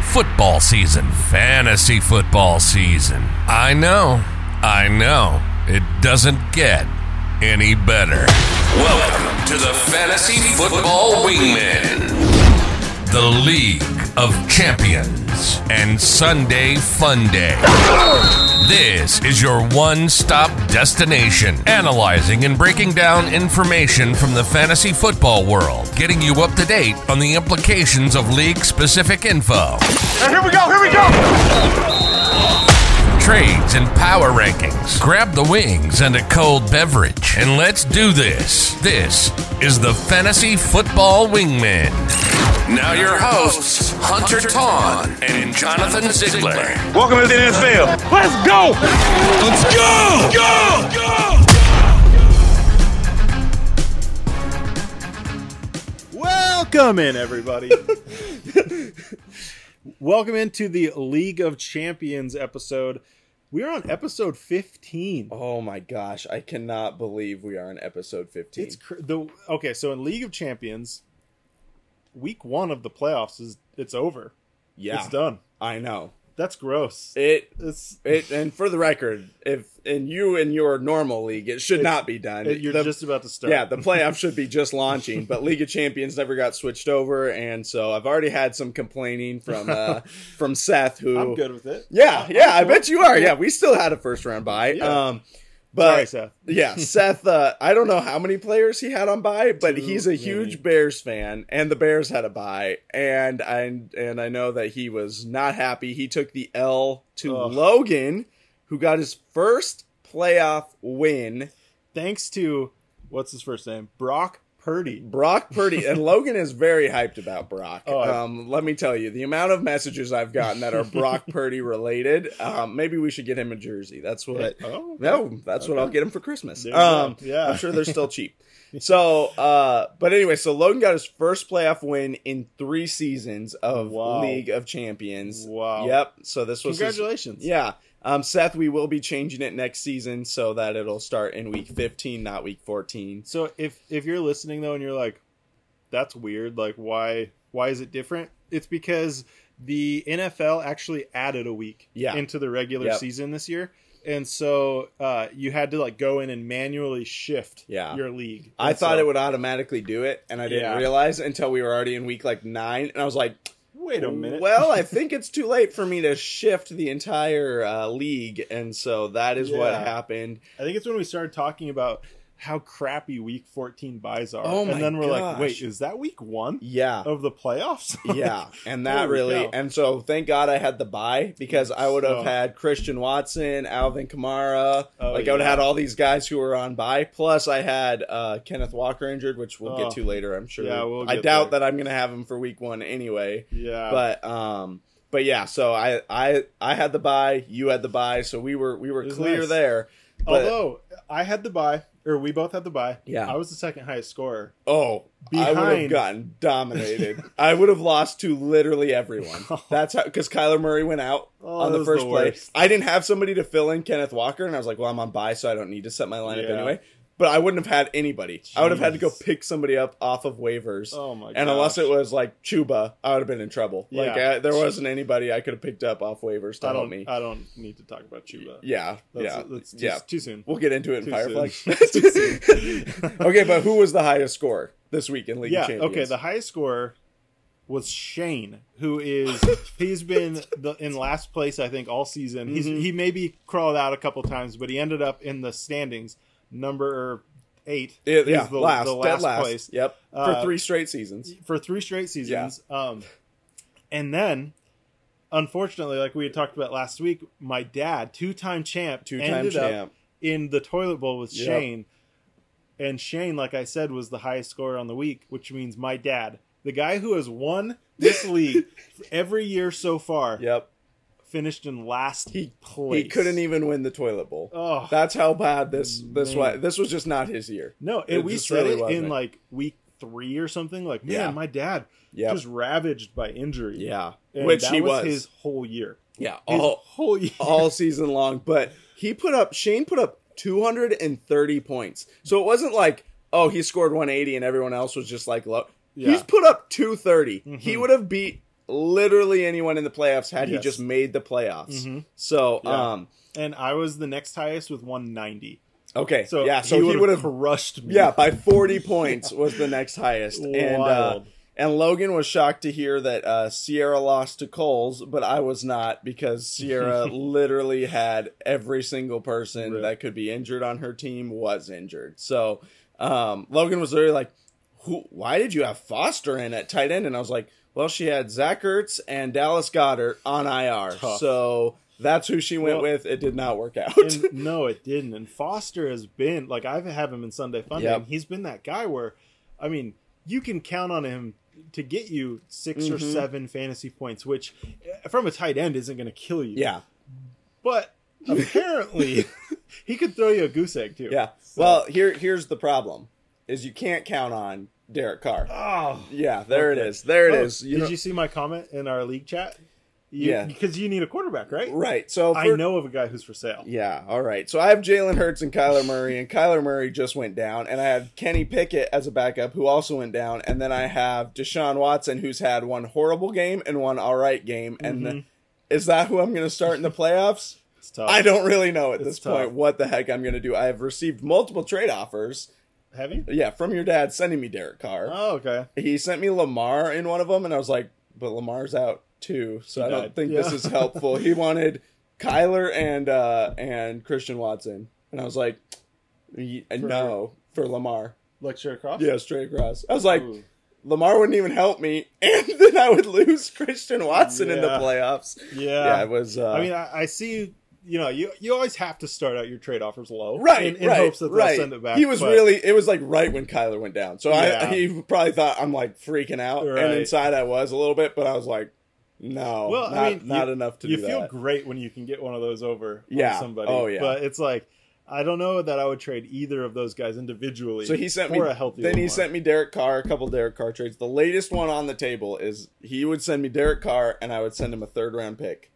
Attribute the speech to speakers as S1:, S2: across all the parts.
S1: football season, fantasy football season. I know, I know, it doesn't get any better. Welcome to the Fantasy Football Wingman, the League of Champions, and Sunday Fun Day. This is your one stop destination, analyzing and breaking down information from the fantasy football world, getting you up to date on the implications of league specific info.
S2: And here we go, here we go.
S1: trades and power rankings. Grab the wings and a cold beverage, and let's do this. This is the Fantasy Football Wingman. Now your hosts, Hunter Ton and Jonathan Ziegler.
S2: Welcome to the NFL. Let's go. Let's go. Go. Go.
S3: Welcome in, everybody. Welcome into the League of Champions episode. We are on episode 15.
S4: Oh my gosh, I cannot believe we are in episode 15.
S3: It's cr- the okay. So in League of Champions, week one of the playoffs is it's over.
S4: yeah,
S3: It's done.
S4: I know.
S3: That's gross.
S4: It
S3: it's
S4: it and for the record, if in you and your normal league, it should not be done.
S3: it- you're
S4: The-
S3: just about to start.
S4: yeah, the playoff should be just launching, but League of Champions never got switched over, and so I've already had some complaining from uh, from Seth, who
S3: I'm good with it.
S4: Yeah, yeah, I bet you are. Yeah, we still had a first round bye. Um,
S3: Sorry,
S4: but
S3: Seth.
S4: yeah, Seth. Uh, I don't know how many players he had on bye, but he's a huge Bears fan, and the Bears had a bye, and I and I know that he was not happy. He took the L to
S3: Ugh.
S4: Logan, who got his first playoff win.
S3: Thanks to what's his first name, Brock Purdy.
S4: Brock Purdy and Logan is very hyped about Brock.
S3: Oh, I-
S4: um, let me tell you, the amount of messages I've gotten that are Brock Purdy related. Um, maybe we should get him a jersey. That's what.
S3: Oh,
S4: No, that's what I'll get him for Christmas.
S3: There you
S4: Um,
S3: go. Yeah.
S4: I'm sure they're still cheap. So, uh, but anyway, so Logan got his first playoff win in three seasons of
S3: Wow.
S4: League of Champions.
S3: Wow.
S4: Yep. So this was his-
S3: Congratulations.
S4: yeah. Um, Seth, we will be changing it next season so that it'll start in week 15, not week 14.
S3: So if if you're listening though and you're like, that's weird. Like why why is it different? It's because the NFL actually added a week
S4: Yeah.
S3: into the regular
S4: Yep.
S3: season this year. And so uh, you had to like go in and manually shift
S4: Yeah.
S3: your league.
S4: I
S3: And
S4: thought
S3: so-
S4: it would automatically do it, and I didn't
S3: Yeah.
S4: realize until we were already in week like nine, and I was like,
S3: Wait a minute.
S4: Well, I think it's too late for me to shift the entire uh, league, and so that is what
S3: Yeah.
S4: happened.
S3: I think it's when we started talking about how crappy Week 14 buys are,
S4: Oh my
S3: and then we're like,
S4: gosh.
S3: wait, is that Week One
S4: Yeah,
S3: of the playoffs?
S4: yeah, and
S3: Oh, Holy
S4: that really,
S3: cow.
S4: and so thank God I had the buy because I would have
S3: Oh.
S4: had Christian Watson, Alvin Kamara,
S3: Oh,
S4: like I would have
S3: yeah.
S4: had all these guys who were on buy. Plus, I had uh, Kenneth Walker injured, which we'll
S3: Oh.
S4: get to later, I'm sure.
S3: Yeah, we'll
S4: I
S3: get
S4: doubt
S3: there.
S4: that I'm going to have him for week one anyway.
S3: yeah,
S4: but um but yeah so i i i had the buy you had the buy so we were we were
S3: It was
S4: clear
S3: nice.
S4: there but-
S3: although I had the buy, or we both had the buy.
S4: Yeah.
S3: I was the second highest scorer.
S4: oh i would
S3: Behind-
S4: have gotten dominated i would have lost to literally everyone that's how because kyler murray went out
S3: Oh,
S4: on
S3: that
S4: the
S3: was
S4: first
S3: the
S4: play
S3: worst.
S4: i didn't have somebody to fill in kenneth walker and i was like well i'm on buy so i don't need to set my lineup
S3: Yeah.
S4: anyway but i wouldn't have had anybody i would have had to go
S3: Jeez.
S4: pick somebody up off of waivers
S3: Oh my!
S4: and unless it was like Chuba, I would have been in trouble. Like
S3: Yeah.
S4: I, there wasn't anybody I could have picked up off waivers to
S3: I
S4: help
S3: don't,
S4: me.
S3: I don't need to talk about Chuba.
S4: yeah,
S3: that's,
S4: yeah,
S3: that's too,
S4: yeah.
S3: too soon.
S4: We'll get into it in
S3: Too soon.
S4: Firefly. okay, but who was the highest score this week in League
S3: yeah,
S4: of Champions?
S3: okay. The highest scorer was Shane, who is he's been the, in last place I think all season. He's
S4: Mm-hmm.
S3: he maybe crawled out a couple times, but he ended up in the standings number eight.
S4: yeah,
S3: is
S4: yeah,
S3: the,
S4: last,
S3: the
S4: dead
S3: last,
S4: last.
S3: place
S4: Yep,
S3: Uh,
S4: for three straight seasons.
S3: for three straight seasons. Um, and then. Unfortunately, like we had talked about last week, my dad, two-time champ,
S4: Two-time
S3: ended up
S4: champ.
S3: in the toilet bowl with
S4: Yep.
S3: Shane. And Shane, like I said, was the highest scorer on the week, which means my dad, the guy who has won this league every year so far,
S4: Yep,
S3: finished in last
S4: he
S3: place.
S4: he couldn't even win the toilet bowl.
S3: Oh.
S4: That's how bad this this
S3: Man.
S4: was. This was just not his year.
S3: No,
S4: It
S3: and we
S4: just
S3: said
S4: really
S3: it in
S4: wasn't.
S3: like week three or something. Like, man,
S4: Yeah.
S3: my dad
S4: Yep.
S3: just ravaged by injury.
S4: Yeah,
S3: And
S4: which
S3: that
S4: he
S3: was,
S4: was.
S3: his whole year.
S4: yeah,
S3: His
S4: all
S3: whole year.
S4: all season long. But he put up Shane put up 230 points. So it wasn't like oh he scored 180 and everyone else was just like low.
S3: Yeah. Mm-hmm.
S4: He's put up 230. He would have beat literally anyone in the playoffs had
S3: Yes. Mm-hmm.
S4: he just made the playoffs. So,
S3: Yeah.
S4: um,
S3: and I was the next highest with 190.
S4: okay,
S3: So
S4: yeah, so he
S3: would have
S4: would have,
S3: crushed me.
S4: yeah, by forty points was the next highest, and uh,
S3: Wild.
S4: and Logan was shocked to hear that uh, Sierra lost to Coles, but I was not because Sierra literally had every single person
S3: Rip.
S4: that could be injured on her team was injured. So, um, Logan was literally like, who why did you have Foster in at tight end? And I was like, well, she had Zach Ertz and Dallas Goddard on IR.
S3: Tough.
S4: So that's who she went
S3: Well-
S4: with. It did not work out.
S3: And no, it didn't. And Foster has been like I've had him in Sunday Funday,
S4: Yep.
S3: and he's been that guy where, I mean, you can count on him to get you 6 or
S4: Mm-hmm.
S3: seven fantasy points, which eh, from a tight end isn't going to kill you.
S4: yeah.
S3: but apparently he could throw you a goose egg too.
S4: Yeah. Well, here here's the problem is you can't count on Derek Carr.
S3: Oh,
S4: Yeah, there it is. There it
S3: Oh,
S4: is. You
S3: did
S4: know-
S3: you see my comment in our league chat? You,
S4: Yeah.
S3: because you need a quarterback, right?
S4: right. So
S3: I
S4: for-
S3: know of a guy who's for sale.
S4: Yeah, all right. So I have Jalen Hurts and Kyler Murray, and Kyler Murray just went down, and I have Kenny Pickett as a backup who also went down, and then I have Deshaun Watson who's had one horrible game and one all right game, and
S3: Mm-hmm.
S4: the- is that who I'm going to start in the playoffs?
S3: It's tough.
S4: I don't really know at
S3: It's
S4: this
S3: tough.
S4: point what the heck I'm going to do. I have received multiple trade offers.
S3: have you?
S4: Yeah, from your dad sending me Derek Carr.
S3: Oh, okay.
S4: He sent me Lamar in one of them, and I was like, but Lamar's out too, so I
S3: died.
S4: don't think this
S3: Yeah.
S4: is helpful. he wanted Kyler and uh, and Christian Watson, and I was like, y- no for Lamar.
S3: Lecture across.
S4: Yeah, straight across. I was like,
S3: Ooh.
S4: Lamar wouldn't even help me, and then I would lose Christian Watson in the
S3: Yeah.
S4: playoffs.
S3: Yeah.
S4: yeah, it was. Uh,
S3: I mean, I, I see you. You know, you you always have to start out your trade offers low,
S4: Right,
S3: In, in
S4: right,
S3: hopes that they'll
S4: right.
S3: send it back.
S4: He was
S3: but-
S4: really. It was like right when Kyler went down, so
S3: Yeah.
S4: I he probably thought I'm like freaking out,
S3: Right.
S4: and inside I was a little bit, but I was like, no,
S3: well.
S4: Oh, not,
S3: I mean,
S4: not
S3: you-
S4: enough to
S3: you
S4: do
S3: feel
S4: that.
S3: great when you can get one of those over. on
S4: Yeah.
S3: somebody.
S4: Oh, yeah.
S3: But it's like I don't know that I would trade either of those guys individually.
S4: so he sent me.
S3: for a healthy.
S4: then he
S3: Lamar.
S4: sent me Derek Carr, a couple Derek Carr trades. The latest one on the table is he would send me Derek Carr, and I would send him a third round pick,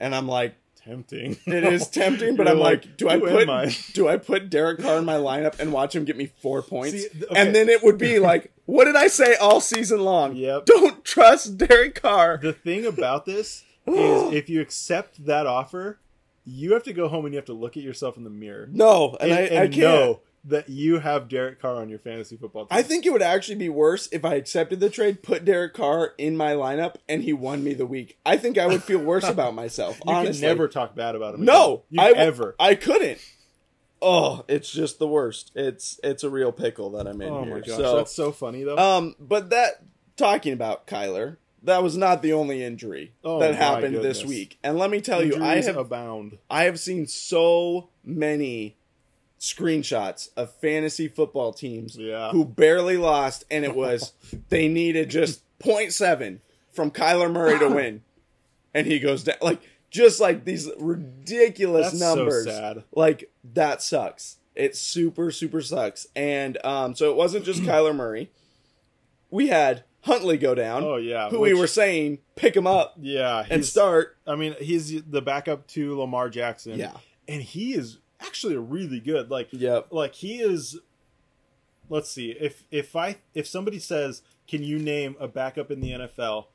S4: and I'm like.
S3: tempting.
S4: It is tempting, but
S3: You're
S4: I'm like, do I
S3: who
S4: put
S3: am I?
S4: do I put Derek Carr in my lineup and watch him get me four points?
S3: See, th- okay.
S4: And then it would be like, what did I say all season long?
S3: Yep.
S4: Don't trust Derek Carr.
S3: the thing about this is if you accept that offer, you have to go home and you have to look at yourself in the mirror
S4: No, and,
S3: and,
S4: I, I
S3: and
S4: can't.
S3: know that you have Derek Carr on your fantasy football team.
S4: I think it would actually be worse if I accepted the trade, put Derek Carr in my lineup, and he won me the week. I think I would feel worse about myself.
S3: you
S4: honestly,
S3: can never talk bad about him.
S4: No,
S3: again.
S4: I
S3: you
S4: w-
S3: ever.
S4: I couldn't. Oh, it's just the worst. It's it's a real pickle that I'm in
S3: oh
S4: here.
S3: my gosh,
S4: so
S3: that's so funny though.
S4: Um, but that talking about Kyler, that was not the only injury
S3: Oh,
S4: that
S3: my
S4: happened
S3: goodness.
S4: this week. And let me tell you, I
S3: Injuries
S4: have
S3: abound.
S4: I have seen so many screenshots of fantasy football teams
S3: Yeah.
S4: who barely lost, and it was they needed just 0.7 from Kyler Murray to win, and he goes down like just like these ridiculous
S3: That's so
S4: numbers.
S3: sad.
S4: Like that sucks. It super super sucks. And um, so it wasn't just Kyler Murray. We had Huntley go down.
S3: Oh, yeah,
S4: who
S3: which-
S4: we were saying pick him up
S3: Yeah,
S4: and
S3: he's,
S4: start
S3: I mean, he's the backup to Lamar Jackson.
S4: Yeah.
S3: and he is actually really good. Like,
S4: Yep.
S3: like he is. Let's see if if I if somebody says, "Can you name a backup in the NFL?"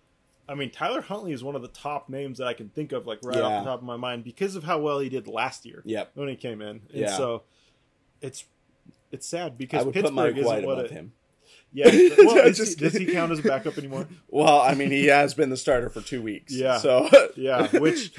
S3: I mean, Tyler Huntley is one of the top names that I can think of, like right
S4: Yeah.
S3: off the top of my mind, because of how well he did last year.
S4: Yep.
S3: when he came in, and
S4: Yeah.
S3: so it's it's sad
S4: I
S3: because
S4: would put
S3: Pittsburgh
S4: Mike White
S3: isn't what
S4: above
S3: it.
S4: him.
S3: Yeah, well,
S4: I'm
S3: is he-
S4: just
S3: does he
S4: kidding.
S3: count as a backup anymore?
S4: Well, I mean, he has been the starter for two weeks.
S3: Yeah.
S4: So
S3: yeah which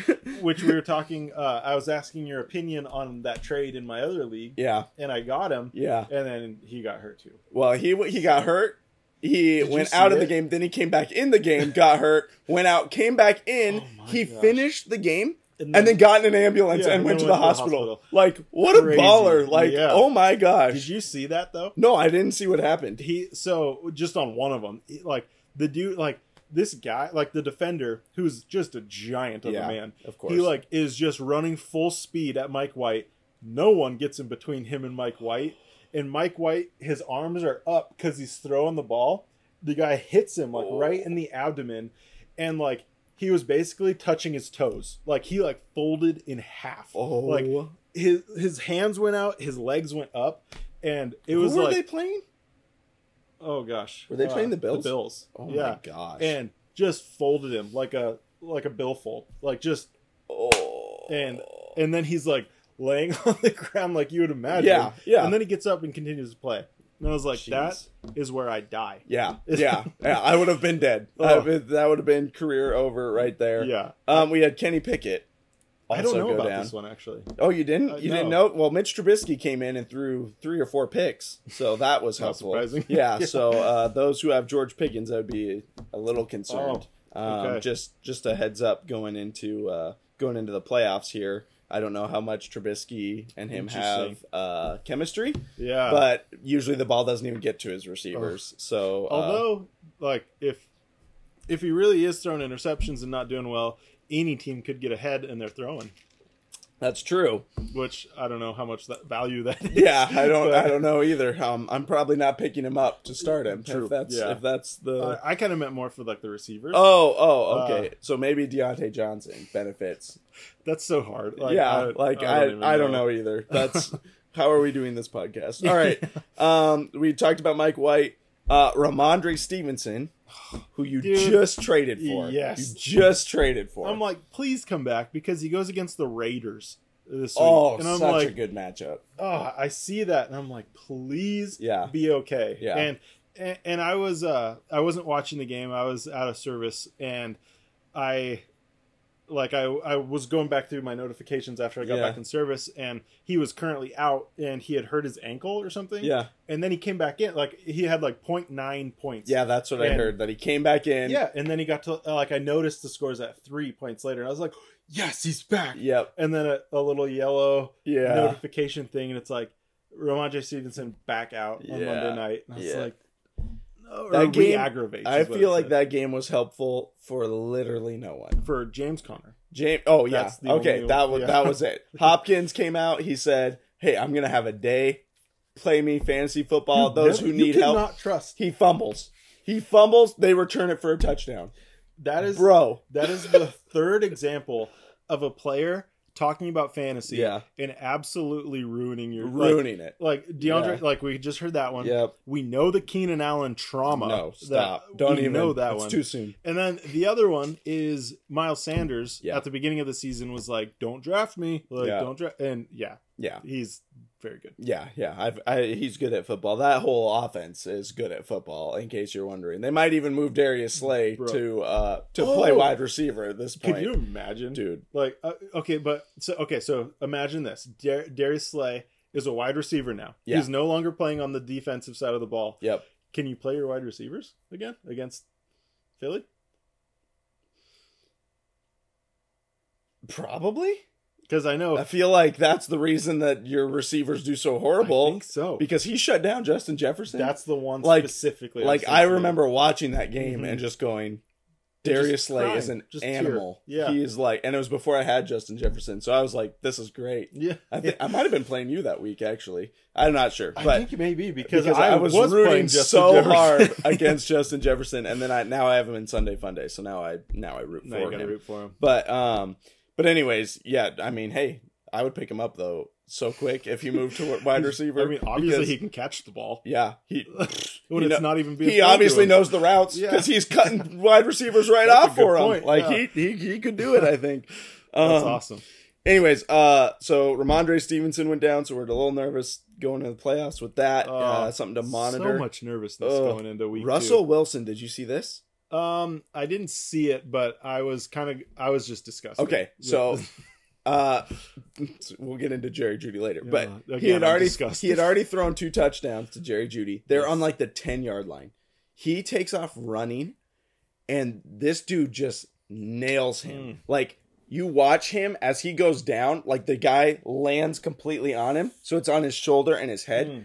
S3: which we were talking uh i was asking your opinion on that trade in my other league
S4: yeah,
S3: and i got him
S4: yeah.
S3: and then he got hurt too
S4: Well, he he got hurt. He
S3: you
S4: went
S3: see
S4: out of
S3: it?
S4: the game. Then he came back in the game. Got hurt. Went out. Came back in.
S3: Oh my
S4: he
S3: gosh.
S4: finished the game.
S3: And
S4: And
S3: then-
S4: then, got in an ambulance
S3: Yeah,
S4: and
S3: and
S4: went
S3: then
S4: to the hospital.
S3: hospital.
S4: Like, what
S3: Crazy.
S4: a baller. Like,
S3: Yeah.
S4: oh my gosh.
S3: did you see that though
S4: no, I didn't see what happened.
S3: he so just on one of them like the dude like this guy like the defender who's just a giant of a
S4: Yeah,
S3: man
S4: of course.
S3: he like is just running full speed at mike white no one gets in between him and mike white and mike white his arms are up because he's throwing the ball the guy hits him like
S4: Oh.
S3: right in the abdomen and like he was basically touching his toes like he like folded in half
S4: Oh.
S3: like his his hands went out his legs went up and it was
S4: Who were
S3: like
S4: they playing?
S3: Oh gosh. Uh,
S4: Were they playing the Bills?
S3: The Bills.
S4: Oh my
S3: yeah.
S4: gosh.
S3: And just folded him like a like a billfold, like just
S4: Oh.
S3: and and then he's like laying on the ground like you would imagine.
S4: Yeah, yeah.
S3: And then he gets up and continues to play. And I was like,
S4: Jeez.
S3: that is where I die.
S4: Yeah, yeah, yeah. I would have been dead. I would have- that would have been career over right there.
S3: Oh. Yeah.
S4: Um, we had Kenny Pickett. Also
S3: I don't know
S4: go
S3: about
S4: down.
S3: this one actually.
S4: Oh, you didn't?
S3: Uh,
S4: you
S3: no.
S4: didn't know? Well, Mitch Trubisky came in and threw three or four picks, so that was
S3: Not
S4: helpful.
S3: surprising.
S4: Yeah,
S3: Yeah.
S4: So uh, those who have George Pickens, I'd be a little concerned. um,
S3: Oh, okay.
S4: Just just a heads up going into uh, going into the playoffs here. I don't know how much Trubisky and him
S3: Interesting.
S4: have uh, chemistry,
S3: Yeah.
S4: but usually the ball doesn't even get to his receivers. So uh,
S3: Although, like, if if he really is throwing interceptions and not doing well, any team could get ahead and they're throwing,
S4: that's true.
S3: which I don't know how much that value that is.
S4: Yeah, I don't.
S3: But-
S4: I don't know either. Um, I'm probably not picking him up to start him.
S3: True,
S4: If that's
S3: yeah.
S4: if that's the.
S3: I, I kind of meant more for like the receivers.
S4: oh, oh,
S3: Uh,
S4: okay. so maybe Deontay Johnson benefits.
S3: That's so hard.
S4: yeah, like I, I don't,
S3: even
S4: know. either. That's how are we doing this podcast? All right. Um, we talked about Mike White, uh, Ramondre Stevenson, who you
S3: Dude.
S4: just traded for.
S3: Yes.
S4: you just traded for.
S3: I'm like, please come back because he goes against the Raiders this
S4: oh,
S3: week, and I'm
S4: such
S3: like,
S4: a good matchup.
S3: oh, I see that, and I'm like, please,
S4: Yeah.
S3: be okay.
S4: Yeah.
S3: And, and and I was uh I wasn't watching the game. I was out of service, and I like I I was going back through my notifications after I got
S4: Yeah.
S3: back in service, and he was currently out, and he had hurt his ankle or something.
S4: Yeah.
S3: And then he came back in, like he had like 0.9 points.
S4: Yeah, that's what I
S3: And-
S4: heard. That he came back in.
S3: Yeah, and then he got to uh, like I noticed the scores at three points later, and I was like, "Yes, he's back!"
S4: Yep.
S3: And then a, a little yellow
S4: Yeah.
S3: notification thing, and it's like Ramondre Stevenson back out on
S4: Yeah.
S3: Monday night. And I was
S4: Yeah.
S3: like, "No,
S4: That
S3: that
S4: game-
S3: game aggravates."
S4: I
S3: is what
S4: feel
S3: it
S4: like
S3: said.
S4: that game was helpful for literally no one.
S3: for James Conner.
S4: James, oh yeah,
S3: That's the
S4: okay,
S3: only-
S4: that was
S3: yeah.
S4: that was it. Hopkins came out. He said, "Hey, I'm gonna have a day. Play me fantasy football. Those who need help."
S3: not trust.
S4: He fumbles. He fumbles. They return it for a touchdown,
S3: That is
S4: bro.
S3: that is the third example of a player talking about fantasy
S4: Yeah.
S3: and absolutely ruining your like,
S4: Ruining it.
S3: like DeAndre,
S4: Yeah.
S3: like we just heard that one.
S4: Yep.
S3: We know the Keenan Allen trauma.
S4: No,
S3: that-
S4: stop. Don't
S3: we
S4: even
S3: know that
S4: it's
S3: one.
S4: Too soon.
S3: and then the other one is Miles Sanders.
S4: Yeah.
S3: At the beginning of the season, was like, "Don't draft me. Like,
S4: Yeah.
S3: don't draft." And yeah,
S4: Yeah,
S3: he's very good.
S4: yeah, yeah. I've, I, he's good at football. That whole offense is good at football. In case you're wondering, they might even move Darius Slay
S3: Mm, Bro.
S4: to uh to play
S3: Oh.
S4: wide receiver at this point.
S3: Could you imagine,
S4: dude?
S3: Like, uh, okay, but so okay, so imagine this: Dar- Darius Slay is a wide receiver now.
S4: Yeah.
S3: He's no longer playing on the defensive side of the ball.
S4: Yep.
S3: Can you play your wide receivers again against Philly?
S4: Probably.
S3: Because I know
S4: I feel like that's the reason that your receivers do so horrible.
S3: I think so.
S4: Because he shut down Justin Jefferson.
S3: That's the one
S4: Like-
S3: specifically. I was
S4: like I
S3: thinking of.
S4: remember watching that game
S3: Mhm.
S4: and just going, Darius
S3: Just
S4: Slay is
S3: crying.
S4: an
S3: Just tear.
S4: animal.
S3: Yeah.
S4: he is like, and it was before I had Justin Jefferson, so I was like, this is great.
S3: Yeah,
S4: I think I might have been playing you that week actually. I'm not sure,
S3: I
S4: but.
S3: think maybe because,
S4: because I, was,
S3: playing
S4: rooting
S3: Justin
S4: so
S3: Jefferson.
S4: hard against Justin Jefferson, and then I now I have him in Sunday Funday, so now I now I root
S3: now
S4: for
S3: you gotta
S4: him.
S3: root for him.
S4: But um, but anyways, yeah. I mean, hey, I would pick him up though so quick if he moved to wide receiver.
S3: I mean, obviously
S4: because-
S3: he can catch the ball
S4: yeah, he
S3: when
S4: he
S3: it's
S4: kno-
S3: not even being.
S4: he
S3: thrown to
S4: obviously
S3: him.
S4: knows the routes
S3: Yeah.
S4: because he's cutting wide receivers right
S3: That's a
S4: off
S3: good
S4: for him.
S3: point,
S4: like
S3: yeah.
S4: he, he he could do it. I think. Um,
S3: That's awesome.
S4: Anyways, uh, so Ramondre Stevenson went down, so we're a little nervous going into the playoffs with that.
S3: Oh,
S4: uh, something to monitor.
S3: So much nervousness
S4: Ugh.
S3: going into week.
S4: Russell Wilson, did you see this?
S3: two. Um, I didn't see it, but I was kind of. I was just disgusted.
S4: Okay,
S3: Yeah.
S4: so uh we'll get into Jerry Judy later, but
S3: Yeah,
S4: he had
S3: again, I'm
S4: already
S3: disgusted.
S4: he had already thrown two touchdowns to Jerry Judy. They're
S3: Yes.
S4: on like the 10-yard line. He takes off running and this dude just nails him.
S3: Hmm.
S4: Like you watch him as he goes down, like the guy lands completely on him, so it's on his shoulder and his head.
S3: Mm.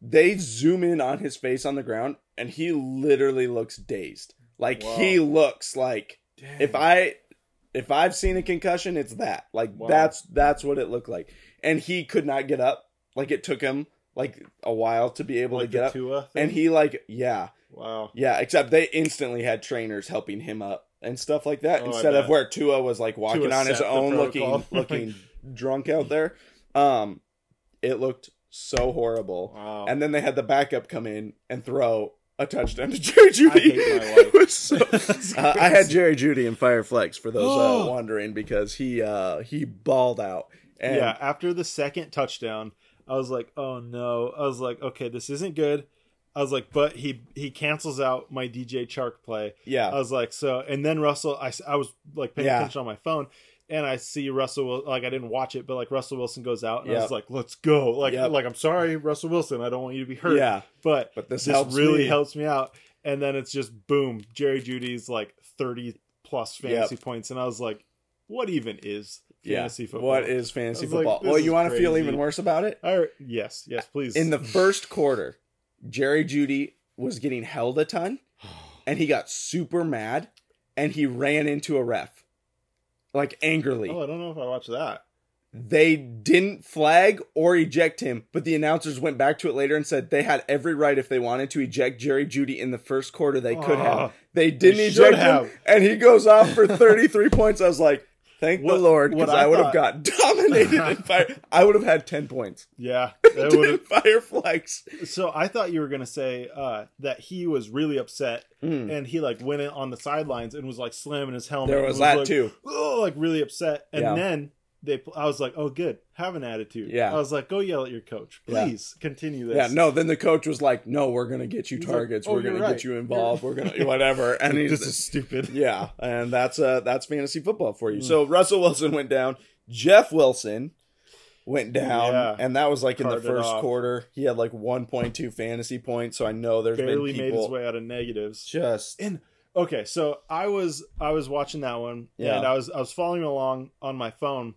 S4: They zoom in on his face on the ground and he literally looks dazed. Like he looks like if I if I've seen a concussion, it's that. Like
S3: Wow.
S4: that's that's what it looked like. And he could not get up. Like it took him like a while to be able
S3: like
S4: to get
S3: the
S4: up.
S3: Tua thing?
S4: And he like yeah,
S3: wow.
S4: yeah. Except they instantly had trainers helping him up and stuff like that
S3: Oh, I
S4: instead of
S3: bet.
S4: where Tua was like walking
S3: Tua
S4: on his
S3: set the
S4: own, looking
S3: protocol.
S4: looking drunk out there. Um, it looked so horrible.
S3: Wow.
S4: And then they had the backup come in and throw a touchdown to Jerry Judy.
S3: hate my life.
S4: It was so- Uh, I had Jerry Judy in Fire Flex for those uh, wondering because he uh, he balled out. And
S3: yeah, after the second touchdown, I was like, "Oh no!" I was like, "Okay, this isn't good." I was like, "But he he cancels out my DJ Chark play."
S4: Yeah.
S3: I was like, "So," and then Russell, I s- I was like paying
S4: Yeah.
S3: attention on my phone, and I see Russell Wil- like I didn't watch it, but like Russell Wilson goes out, and I
S4: Yep.
S3: was like, "Let's go!" Like
S4: Yep.
S3: like I'm sorry, Russell Wilson, I don't want you to be hurt.
S4: Yeah.
S3: but
S4: But this
S3: this
S4: helps
S3: really
S4: me.
S3: helps me out. And then it's just boom, Jerry Judy's like 30 plus fantasy points, and I was like, "What even is?"
S4: yeah.
S3: Fantasy football.
S4: What is fantasy
S3: I was like,
S4: football?
S3: this
S4: well,
S3: is
S4: you want to feel
S3: crazy.
S4: even worse about it?
S3: All right. Yes, yes, please.
S4: In the first quarter, Jerry Judy was getting held a ton, and he got super mad, and he ran into a ref, like angrily.
S3: oh, I don't know if I watched that.
S4: they didn't flag or eject him, but the announcers went back to it later and said they had every right if they wanted to eject Jerry Judy in the first quarter. They could have.
S3: Ah,
S4: They didn't
S3: they should
S4: eject
S3: have.
S4: him, and he goes off for 33 points. I was like, thank
S3: What-
S4: the Lord,
S3: what
S4: because
S3: I
S4: I, would have
S3: thought-
S4: got dominated. in fire. I would have had 10 points.
S3: Yeah, that
S4: in
S3: would've-
S4: fire flags.
S3: so I thought you were gonna say uh, that he was really upset and he like went in on the sidelines and was like slamming his helmet.
S4: Mm. There
S3: and
S4: was that,
S3: like,
S4: too.
S3: Oh, like really upset. And
S4: Yeah.
S3: then they, I was like, oh, good, have an attitude.
S4: Yeah.
S3: I was like, go yell at your coach,
S4: Yeah.
S3: please. Continue this.
S4: Yeah, no. Then the coach was like, "No, we're gonna get you
S3: like,
S4: targets.
S3: "Oh,
S4: we're
S3: you're
S4: gonna
S3: right.
S4: get you involved. We're gonna whatever." And he's
S3: this is stupid.
S4: Yeah, and that's uh that's fantasy football for
S3: Hmm.
S4: you. So Russell Wilson went down, Jeff Wilson went down,
S3: Yeah.
S4: and that was like in the
S3: Carted
S4: first
S3: off.
S4: quarter. He had like 1.2 fantasy points, so I know there's
S3: Barely
S4: been
S3: made his
S4: people
S3: way out of negatives.
S4: just
S3: And okay, so I was I was watching that one
S4: Yeah.
S3: and I was I was following along on my phone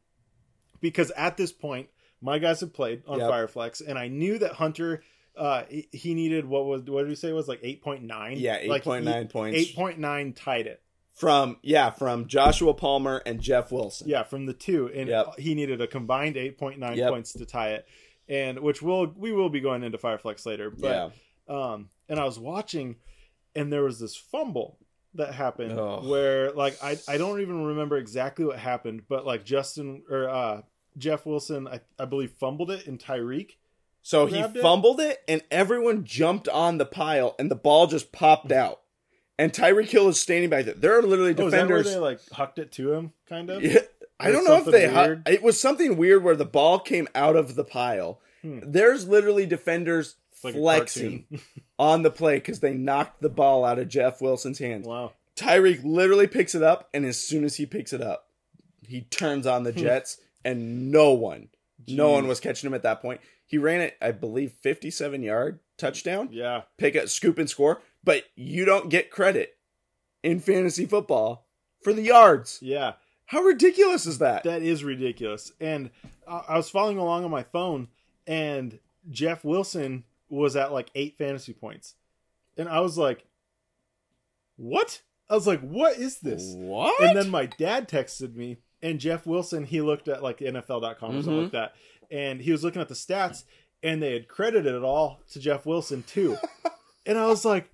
S3: because at this point my guys had played on
S4: Yep.
S3: Fireflex and I knew that Hunter uh he- he needed what was what did we say it was like 8.9?
S4: yeah
S3: Like,
S4: 8.9 points
S3: 8.9 tied it.
S4: from yeah from Joshua Palmer and Jeff Wilson.
S3: Yeah, from the two and
S4: Yep.
S3: he needed a combined 8.9
S4: Yep.
S3: points to tie it. And which will we will be going into Fireflex later,
S4: yeah.
S3: but um and I was watching and there was this fumble that happened
S4: Ugh.
S3: where like I, I don't even remember exactly what happened but like justin or uh jeff wilson i, I believe fumbled it and tyreek
S4: So he
S3: grabbed it.
S4: fumbled it. and everyone jumped on the pile, and the ball just popped out. And Tyreek Hill is standing back there. There are literally
S3: oh, is that where
S4: defenders.
S3: they like hucked it to him kind of
S4: Yeah, I
S3: Or
S4: don't know if
S3: something
S4: they. hi-
S3: weird?
S4: it was something weird where the ball came out of the pile. There's literally
S3: Hmm.
S4: defenders
S3: like a
S4: flexing on the play because they knocked the ball out of Jeff Wilson's hands.
S3: wow
S4: Tyreek literally picks it up, and as soon as he picks it up, he turns on
S3: Hmm.
S4: the Jets, and no one, no one was catching him at that point. He ran it, I believe, 57 yard touchdown
S3: yeah
S4: pick a scoop and score, but you don't get credit in fantasy football for the yards.
S3: yeah
S4: How ridiculous is that?
S3: that is ridiculous and I, I was following along on my phone and jeff wilson was at like eight fantasy points and i was like what i was like what is this
S4: What?
S3: And then my dad texted me, and Jeff Wilson, he looked at like NFL.com or
S4: Mm-hmm.
S3: something like that, and he was looking at the stats, and they had credited it all to Jeff Wilson too. and I was like,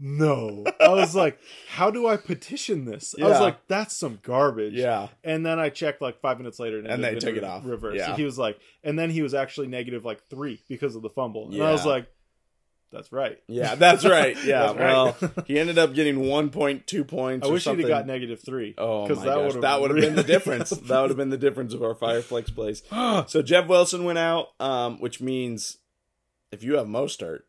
S3: no. I was like, how do I petition this? I
S4: Yeah.
S3: was like, that's some garbage.
S4: yeah,
S3: And then I checked like five minutes later, and,
S4: And
S3: had
S4: they
S3: been
S4: took it off.
S3: Reverse.
S4: Yeah.
S3: He was like, and then he was actually negative like three because of the fumble, and I was
S4: Yeah.
S3: like, that's right.
S4: yeah, that's right. Yeah,
S3: That's right.
S4: well, he ended up getting one point two points.
S3: I
S4: or
S3: wish he'd
S4: something.
S3: have got negative three.
S4: Oh my
S3: that
S4: gosh,
S3: would've
S4: that would have been the
S3: really- Ah.
S4: difference. that would have been the difference of our Fireflex plays. so Jeff Wilson went out, um, which means if you have Mostert,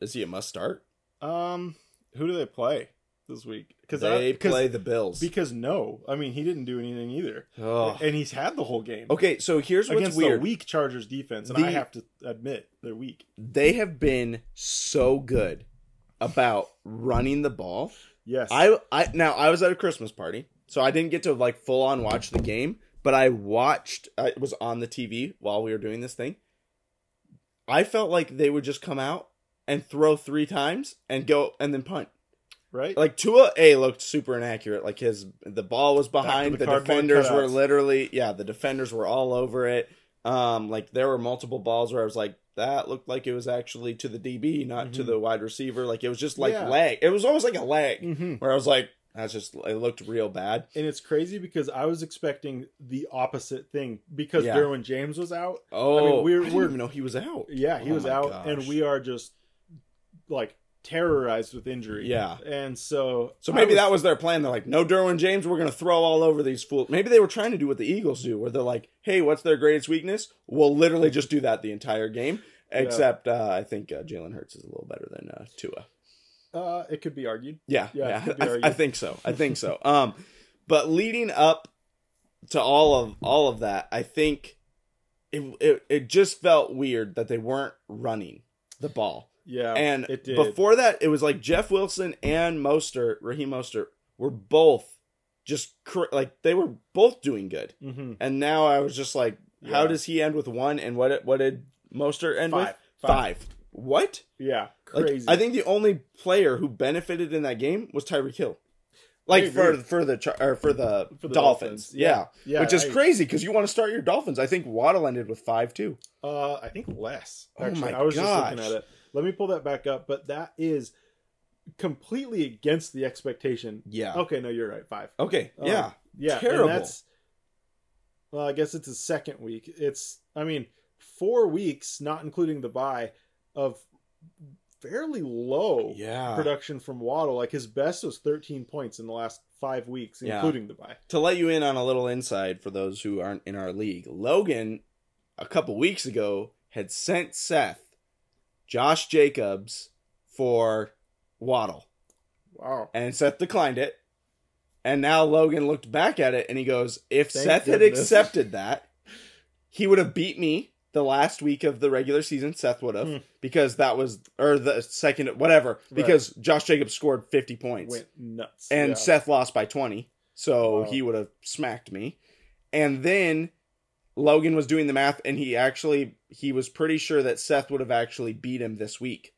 S4: is he a must start?
S3: Um, who do they play this week? Because
S4: They play the Bills.
S3: because no, I mean he didn't do anything either,
S4: Ugh.
S3: and he's had the whole game
S4: Okay, so here's what's
S3: against
S4: weird.
S3: the weak Chargers defense, and
S4: The-
S3: I have to admit they're weak.
S4: they have been so good about running the ball.
S3: Yes,
S4: I I now I was at a Christmas party, so I didn't get to like full on watch the game, but I watched I was on the TV while we were doing this thing. I felt like they would just come out and throw three times and go and then punt.
S3: right.
S4: Like Tua A looked super inaccurate. Like his the ball was behind
S3: the
S4: the,
S3: cardboard
S4: defenders were
S3: cutouts.
S4: literally yeah, the defenders were all over it. Um like there were multiple balls where I was like that looked like it was actually to the DB, not to the wide receiver. Like it was just like
S3: Mm-hmm. Yeah.
S4: lag. It was almost like a lag
S3: Mhm.
S4: where I was like that's just it looked real bad.
S3: and it's crazy because I was expecting the opposite thing because
S4: Yeah.
S3: Derwin James was out.
S4: Oh, I,
S3: we're-
S4: didn't
S3: we're-
S4: even know he was out.
S3: Yeah, he
S4: Oh
S3: was
S4: my
S3: out,
S4: gosh.
S3: and we are just like terrorized with injury.
S4: Yeah.
S3: and so
S4: So
S3: I
S4: maybe that was their plan. They're like, no Derwin James, we're going to throw all over these fools. Maybe they were trying to do what the Eagles do, where they're like, hey, what's their greatest weakness? We'll literally just do that the entire game. Except uh, I think uh, Jalen Hurts is a little better than uh, Tua.
S3: uh, it could be argued.
S4: Yeah,
S3: Yeah,
S4: yeah,
S3: could be
S4: I, I
S3: argued.
S4: think so. I think so. Um, but leading up to all of all of that, I think it it, it just felt weird that they weren't running the ball.
S3: Yeah,
S4: And
S3: it did.
S4: before that, it was like Jeff Wilson and Mostert, Raheem Mostert, were both just cr- like they were both doing good.
S3: hmm
S4: And now I was just like, how
S3: Yeah.
S4: does he end with one? And what what did Mostert end with?
S3: Five. Five.
S4: Five. What?
S3: yeah,
S4: Like,
S3: crazy.
S4: I think the only player who benefited in that game was Tyreek Hill. Like for
S3: agree.
S4: for the Char- or for the,
S3: For the
S4: Dolphins,
S3: Dolphins,
S4: Yeah.
S3: yeah. Yeah,
S4: which is
S3: I-
S4: crazy because you want to start your Dolphins. I think Waddle ended with five too.
S3: Uh, I think less.
S4: Oh
S3: Actually,
S4: my
S3: I was
S4: gosh.
S3: just looking at it. Let me pull that back up. But that is completely against the expectation.
S4: Yeah.
S3: Okay, no, you're right. Five.
S4: Okay,
S3: Um,
S4: yeah,
S3: Yeah. and
S4: Terrible.
S3: that's, well, I guess it's the second week. It's, I mean, four weeks, not including the bye, of fairly low
S4: yeah.
S3: production from Waddle. Like his best was 13 points in the last five weeks,
S4: Yeah.
S3: including the bye.
S4: to let you in on a little inside for those who aren't in our league, Logan a couple weeks ago had sent Seth Josh Jacobs for Waddle,
S3: Wow.
S4: and Seth declined it. And now Logan looked back at it and he goes, If
S3: Thank
S4: Seth had
S3: goodness."
S4: accepted that, he would have beat me the last week of the regular season. Seth would have,
S3: Hmm.
S4: because that was, or the second, whatever,
S3: Right.
S4: because Josh Jacobs scored 50 points
S3: Went nuts.
S4: and
S3: Yeah.
S4: Seth lost by 20. So
S3: Wow.
S4: he would have smacked me. And then Logan was doing the math and he actually he was pretty sure that Seth would have actually beat him this week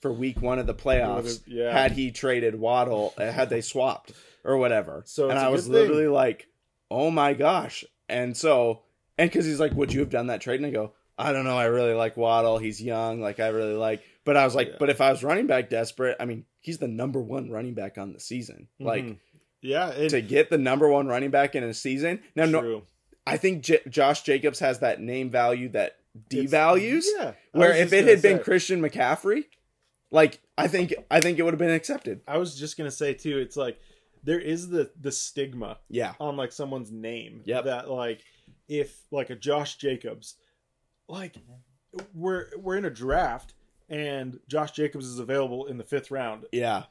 S4: for week 1 of the playoffs
S3: Would've- yeah.
S4: had he traded Waddle uh, had they swapped or whatever.
S3: So
S4: and
S3: it's
S4: I
S3: a
S4: was
S3: good thing.
S4: literally like, "Oh my gosh." And so and cuz he's like, "Would you have done that trade?" And I go, "I don't know. I really like Waddle. He's young. Like I really like." But I was like,
S3: Yeah.
S4: "But if I was running back desperate, I mean, he's the number 1 running back on the season. Like
S3: Mhm. yeah. and-
S4: to get the number one running back in a season. Now, no,
S3: True.
S4: I think J- Josh Jacobs has that name value that
S3: It's-
S4: devalues.
S3: Yeah. I
S4: Where
S3: was
S4: if
S3: just
S4: it
S3: gonna
S4: had been
S3: say-
S4: Christian McCaffrey, like I think I think it would have been accepted.
S3: I was just gonna say too, it's like there is the the stigma
S4: Yeah,
S3: on like someone's name.
S4: Yep.
S3: That like if like a Josh Jacobs, like we're we're in a draft and Josh Jacobs is available in the fifth round,
S4: yeah,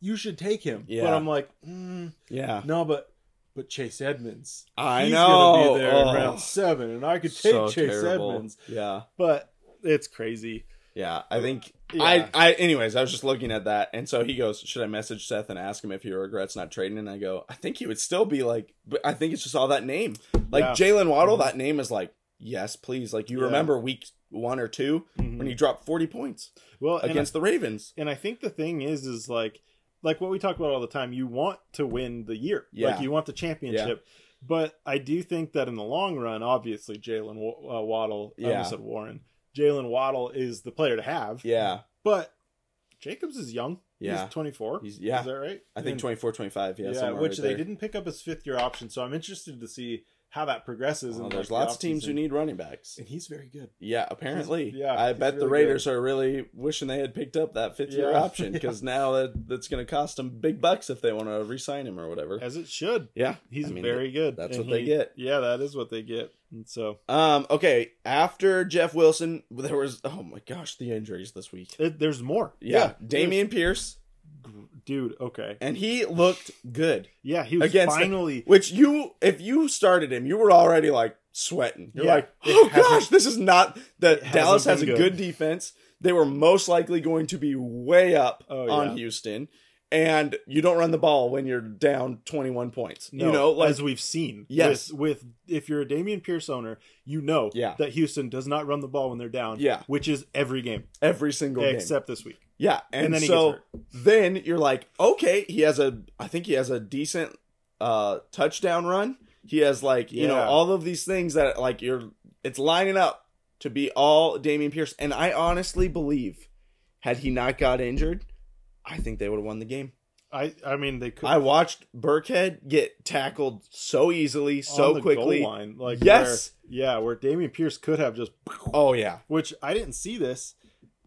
S3: you should take him.
S4: Yeah.
S3: But I'm like, mm,
S4: yeah.
S3: no, but but Chase Edmonds.
S4: I
S3: He's
S4: know.
S3: gonna be there
S4: Oh.
S3: in round seven, and I could take Chase Edmonds.
S4: Yeah,
S3: But it's crazy.
S4: yeah. I think
S3: Yeah.
S4: I. I. Anyways, I was just looking at that, and so he goes, "Should I message Seth and ask him if he regrets not trading?" And I go, "I think he would still be like, but I think it's just all that name, like
S3: Yeah. Mm-hmm.
S4: Jalen Waddle. That name is like, yes, please. Like you
S3: Yeah.
S4: remember week one or two, when
S3: Mhm.
S4: he dropped 40 points
S3: well, and
S4: against the Ravens.
S3: and I think the thing is, is like, like what we talk about all the time. You want to win the year,
S4: Yeah.
S3: like you want the championship. But I do think that in the long run, obviously Jalen Wa- uh, Waddle, I
S4: Yeah.
S3: almost said Warren, Jalen Waddle is the player to have.
S4: Yeah.
S3: But Jacobs is young.
S4: Yeah.
S3: he's twenty four.
S4: He's- yeah.
S3: is that right?
S4: I think
S3: And-
S4: 24, 25. Yeah.
S3: Yeah,
S4: somewhere
S3: which
S4: right
S3: they
S4: there.
S3: didn't pick up his fifth year option. So I'm interested to see how that progresses.
S4: Well,
S3: in,
S4: there's
S3: like, the
S4: lots of teams who
S3: offseason.
S4: need running backs.
S3: and he's very good.
S4: Yeah, apparently.
S3: He's- yeah,
S4: I
S3: he's
S4: bet
S3: really
S4: the
S3: good.
S4: Raiders are really wishing they had picked up that fifth year
S3: Yeah.
S4: option because now that, that's going to cost them big bucks if they want to re sign him or whatever.
S3: As it should.
S4: Yeah.
S3: He's
S4: I mean,
S3: very good.
S4: that's
S3: and
S4: what they get.
S3: Yeah, that is what they get. And so
S4: Um, okay. After Jeff Wilson, there was, oh my gosh, the injuries this week.
S3: it, there's more.
S4: Yeah.
S3: there's-
S4: Damian Pierce,
S3: dude okay
S4: and he looked good.
S3: yeah he was
S4: Against the-
S3: finally
S4: Which you, if you started him, you were already like sweating. You're
S3: Yeah.
S4: like,
S3: It
S4: oh
S3: hasn't-
S4: gosh, this is not that
S3: hasn't
S4: Dallas has a
S3: been
S4: good.
S3: good.
S4: defense. They were most likely going to be way up
S3: Oh,
S4: on
S3: yeah.
S4: Houston, and you don't run the ball when you're down 21 points.
S3: no,
S4: you know, like
S3: as we've seen
S4: Yes.
S3: with, with if you're a Damian Pierce owner you know
S4: Yeah.
S3: that Houston does not run the ball when they're down
S4: Yeah.
S3: which is every game
S4: every single game.
S3: except this week
S4: Yeah, and,
S3: and then he
S4: so
S3: gets
S4: then you're like, okay, he has a. I think he has a decent uh touchdown run. He has like you know
S3: Yeah.
S4: all of these things that like you're. It's lining up to be all Damian Pierce, and I honestly believe, had he not got injured, I think they would have won the game.
S3: I I mean they could
S4: I watched Burkhead get tackled so easily,
S3: on
S4: so
S3: the
S4: quickly.
S3: goal line like
S4: Yes.
S3: where, yeah where Damian Pierce could have just
S4: Oh yeah,
S3: which I didn't see this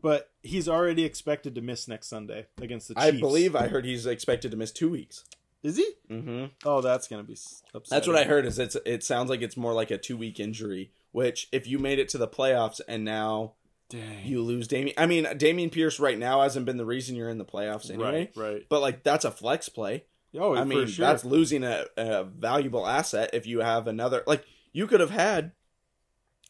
S3: but he's already expected to miss next Sunday against the Chiefs.
S4: I believe I heard he's expected to miss two weeks.
S3: is he?
S4: Mm-hmm.
S3: Oh, that's gonna be s- upsetting.
S4: That's what I heard. Is it's it sounds like it's more like a two week injury. Which if you made it to the playoffs and now
S3: Dang.
S4: you lose Damien, I mean Damien Pierce right now hasn't been the reason you're in the playoffs anyway.
S3: Right, right.
S4: But like that's a flex play.
S3: Oh,
S4: I
S3: for
S4: mean
S3: sure.
S4: that's losing a, a valuable asset if you have another like you could have had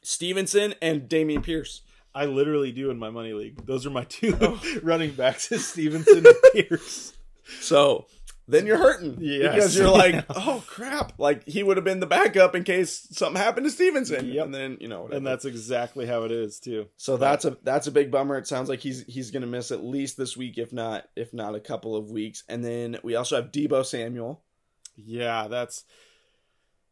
S4: Stevenson and Damien Pierce.
S3: I literally do in my money league. Those are my two
S4: Oh.
S3: running backs: is Stevenson and Pierce.
S4: So then you're hurting
S3: Yes.
S4: because you're like, oh crap! Like he would have been the backup in case something happened to Stevenson,
S3: Yep.
S4: and then you know, whatever.
S3: And that's exactly how it is too.
S4: so that's a that's a big bummer. It sounds like he's he's going to miss at least this week, if not if not a couple of weeks. And then we also have Debo Samuel.
S3: Yeah, that's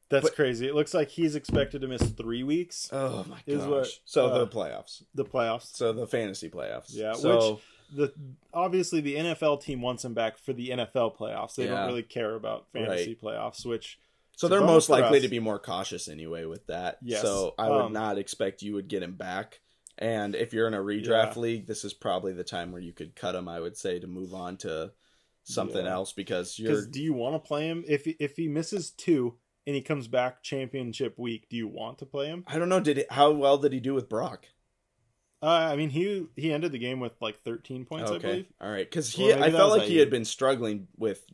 S3: that's
S4: But-
S3: crazy. It looks like he's expected to miss three weeks
S4: Oh my
S3: Is
S4: gosh!
S3: what-
S4: so
S3: uh,
S4: the playoffs,
S3: the playoffs.
S4: so the fantasy playoffs.
S3: Yeah,
S4: So
S3: which the obviously the NFL team wants him back for the NFL playoffs. They
S4: Yeah.
S3: don't really care about fantasy playoffs, which
S4: so
S3: it's a
S4: they're
S3: bummer
S4: most
S3: for
S4: likely
S3: us.
S4: to be more cautious anyway with that.
S3: Yes.
S4: So I would
S3: Um,
S4: not expect you would get him back. And if you're in a redraft
S3: Yeah.
S4: league, this is probably the time where you could cut him. I would say to move on to something
S3: Yeah.
S4: else because you're
S3: because do you want to play him if he- if he misses two and he comes back championship week? Do you want to play him?
S4: I don't know. Did he, how well did he do with Brock?
S3: Uh, I mean, he he ended the game with like 13 points, I believe.
S4: all right. Because
S3: Well,
S4: he,
S3: maybe
S4: I
S3: that
S4: felt
S3: was
S4: like he
S3: Ayuk.
S4: had been struggling with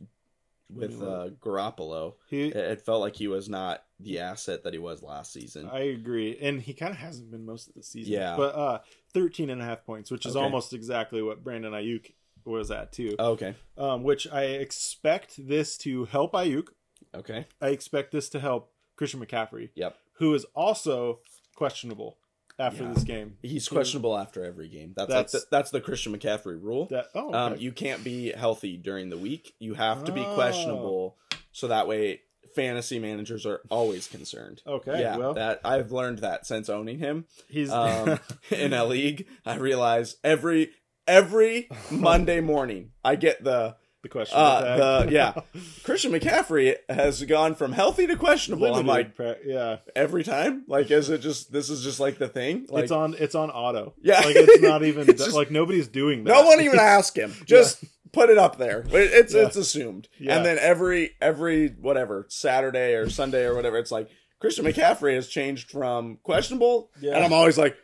S4: with
S3: Maybe that-
S4: uh, Garoppolo.
S3: He,
S4: It, it felt like he was not the asset that he was last season.
S3: I agree, and he kind of hasn't been most of the season.
S4: Yeah.
S3: but uh, 13 and a half points, which is
S4: Okay.
S3: almost exactly what Brandon Ayuk was at too.
S4: okay,
S3: Um, which I expect this to help Ayuk.
S4: okay,
S3: I expect this to help Christian McCaffrey,
S4: yep.
S3: who is also questionable after
S4: Yeah.
S3: this game.
S4: He's
S3: He-
S4: questionable after every game. That's
S3: That's-
S4: like the, that's the Christian McCaffrey rule.
S3: That oh, okay.
S4: Um, you can't be healthy during the week. You have to be
S3: Oh.
S4: questionable, so that way fantasy managers are always concerned.
S3: okay.
S4: yeah,
S3: well,
S4: that I've learned that since owning him
S3: he's
S4: um, in a league. I realize every every Monday morning I get the
S3: the question.
S4: uh, the yeah Christian McCaffrey has gone from healthy to questionable. I'm like
S3: yeah,
S4: every time, like is it just this is just like the thing? Like
S3: it's on it's on auto.
S4: Yeah.
S3: like it's not even
S4: It's just-
S3: like nobody's doing that.
S4: No one even asked him. Just put it up there. It- It's
S3: Yeah.
S4: it's assumed.
S3: Yeah.
S4: And then every every whatever Saturday or Sunday or whatever, it's like Christian McCaffrey has changed from questionable,
S3: Yeah.
S4: and I'm always like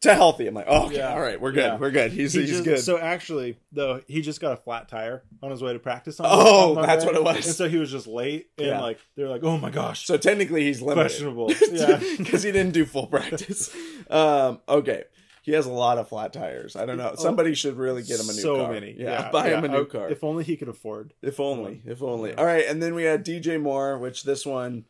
S4: to healthy. I'm like, oh, okay,
S3: Yeah.
S4: all right, we're good,
S3: Yeah.
S4: we're good. He's
S3: He
S4: he's
S3: just-
S4: good.
S3: So actually, though, he just got a flat tire on his way to practice. On
S4: Oh,
S3: on Monday.
S4: that's what it was.
S3: And so he was just late, and
S4: Yeah.
S3: like they're like, "Oh my gosh,
S4: So technically, he's limited.
S3: questionable." yeah,
S4: because he didn't do full practice. um, okay. He has a lot of flat tires. I don't know. Somebody should really get him a new
S3: Oh, so
S4: car.
S3: many.
S4: Yeah, buy him a
S3: yeah.
S4: new
S3: I-
S4: car.
S3: If only he could afford.
S4: If only, if only. All right, and then we had DJ Moore, which this one,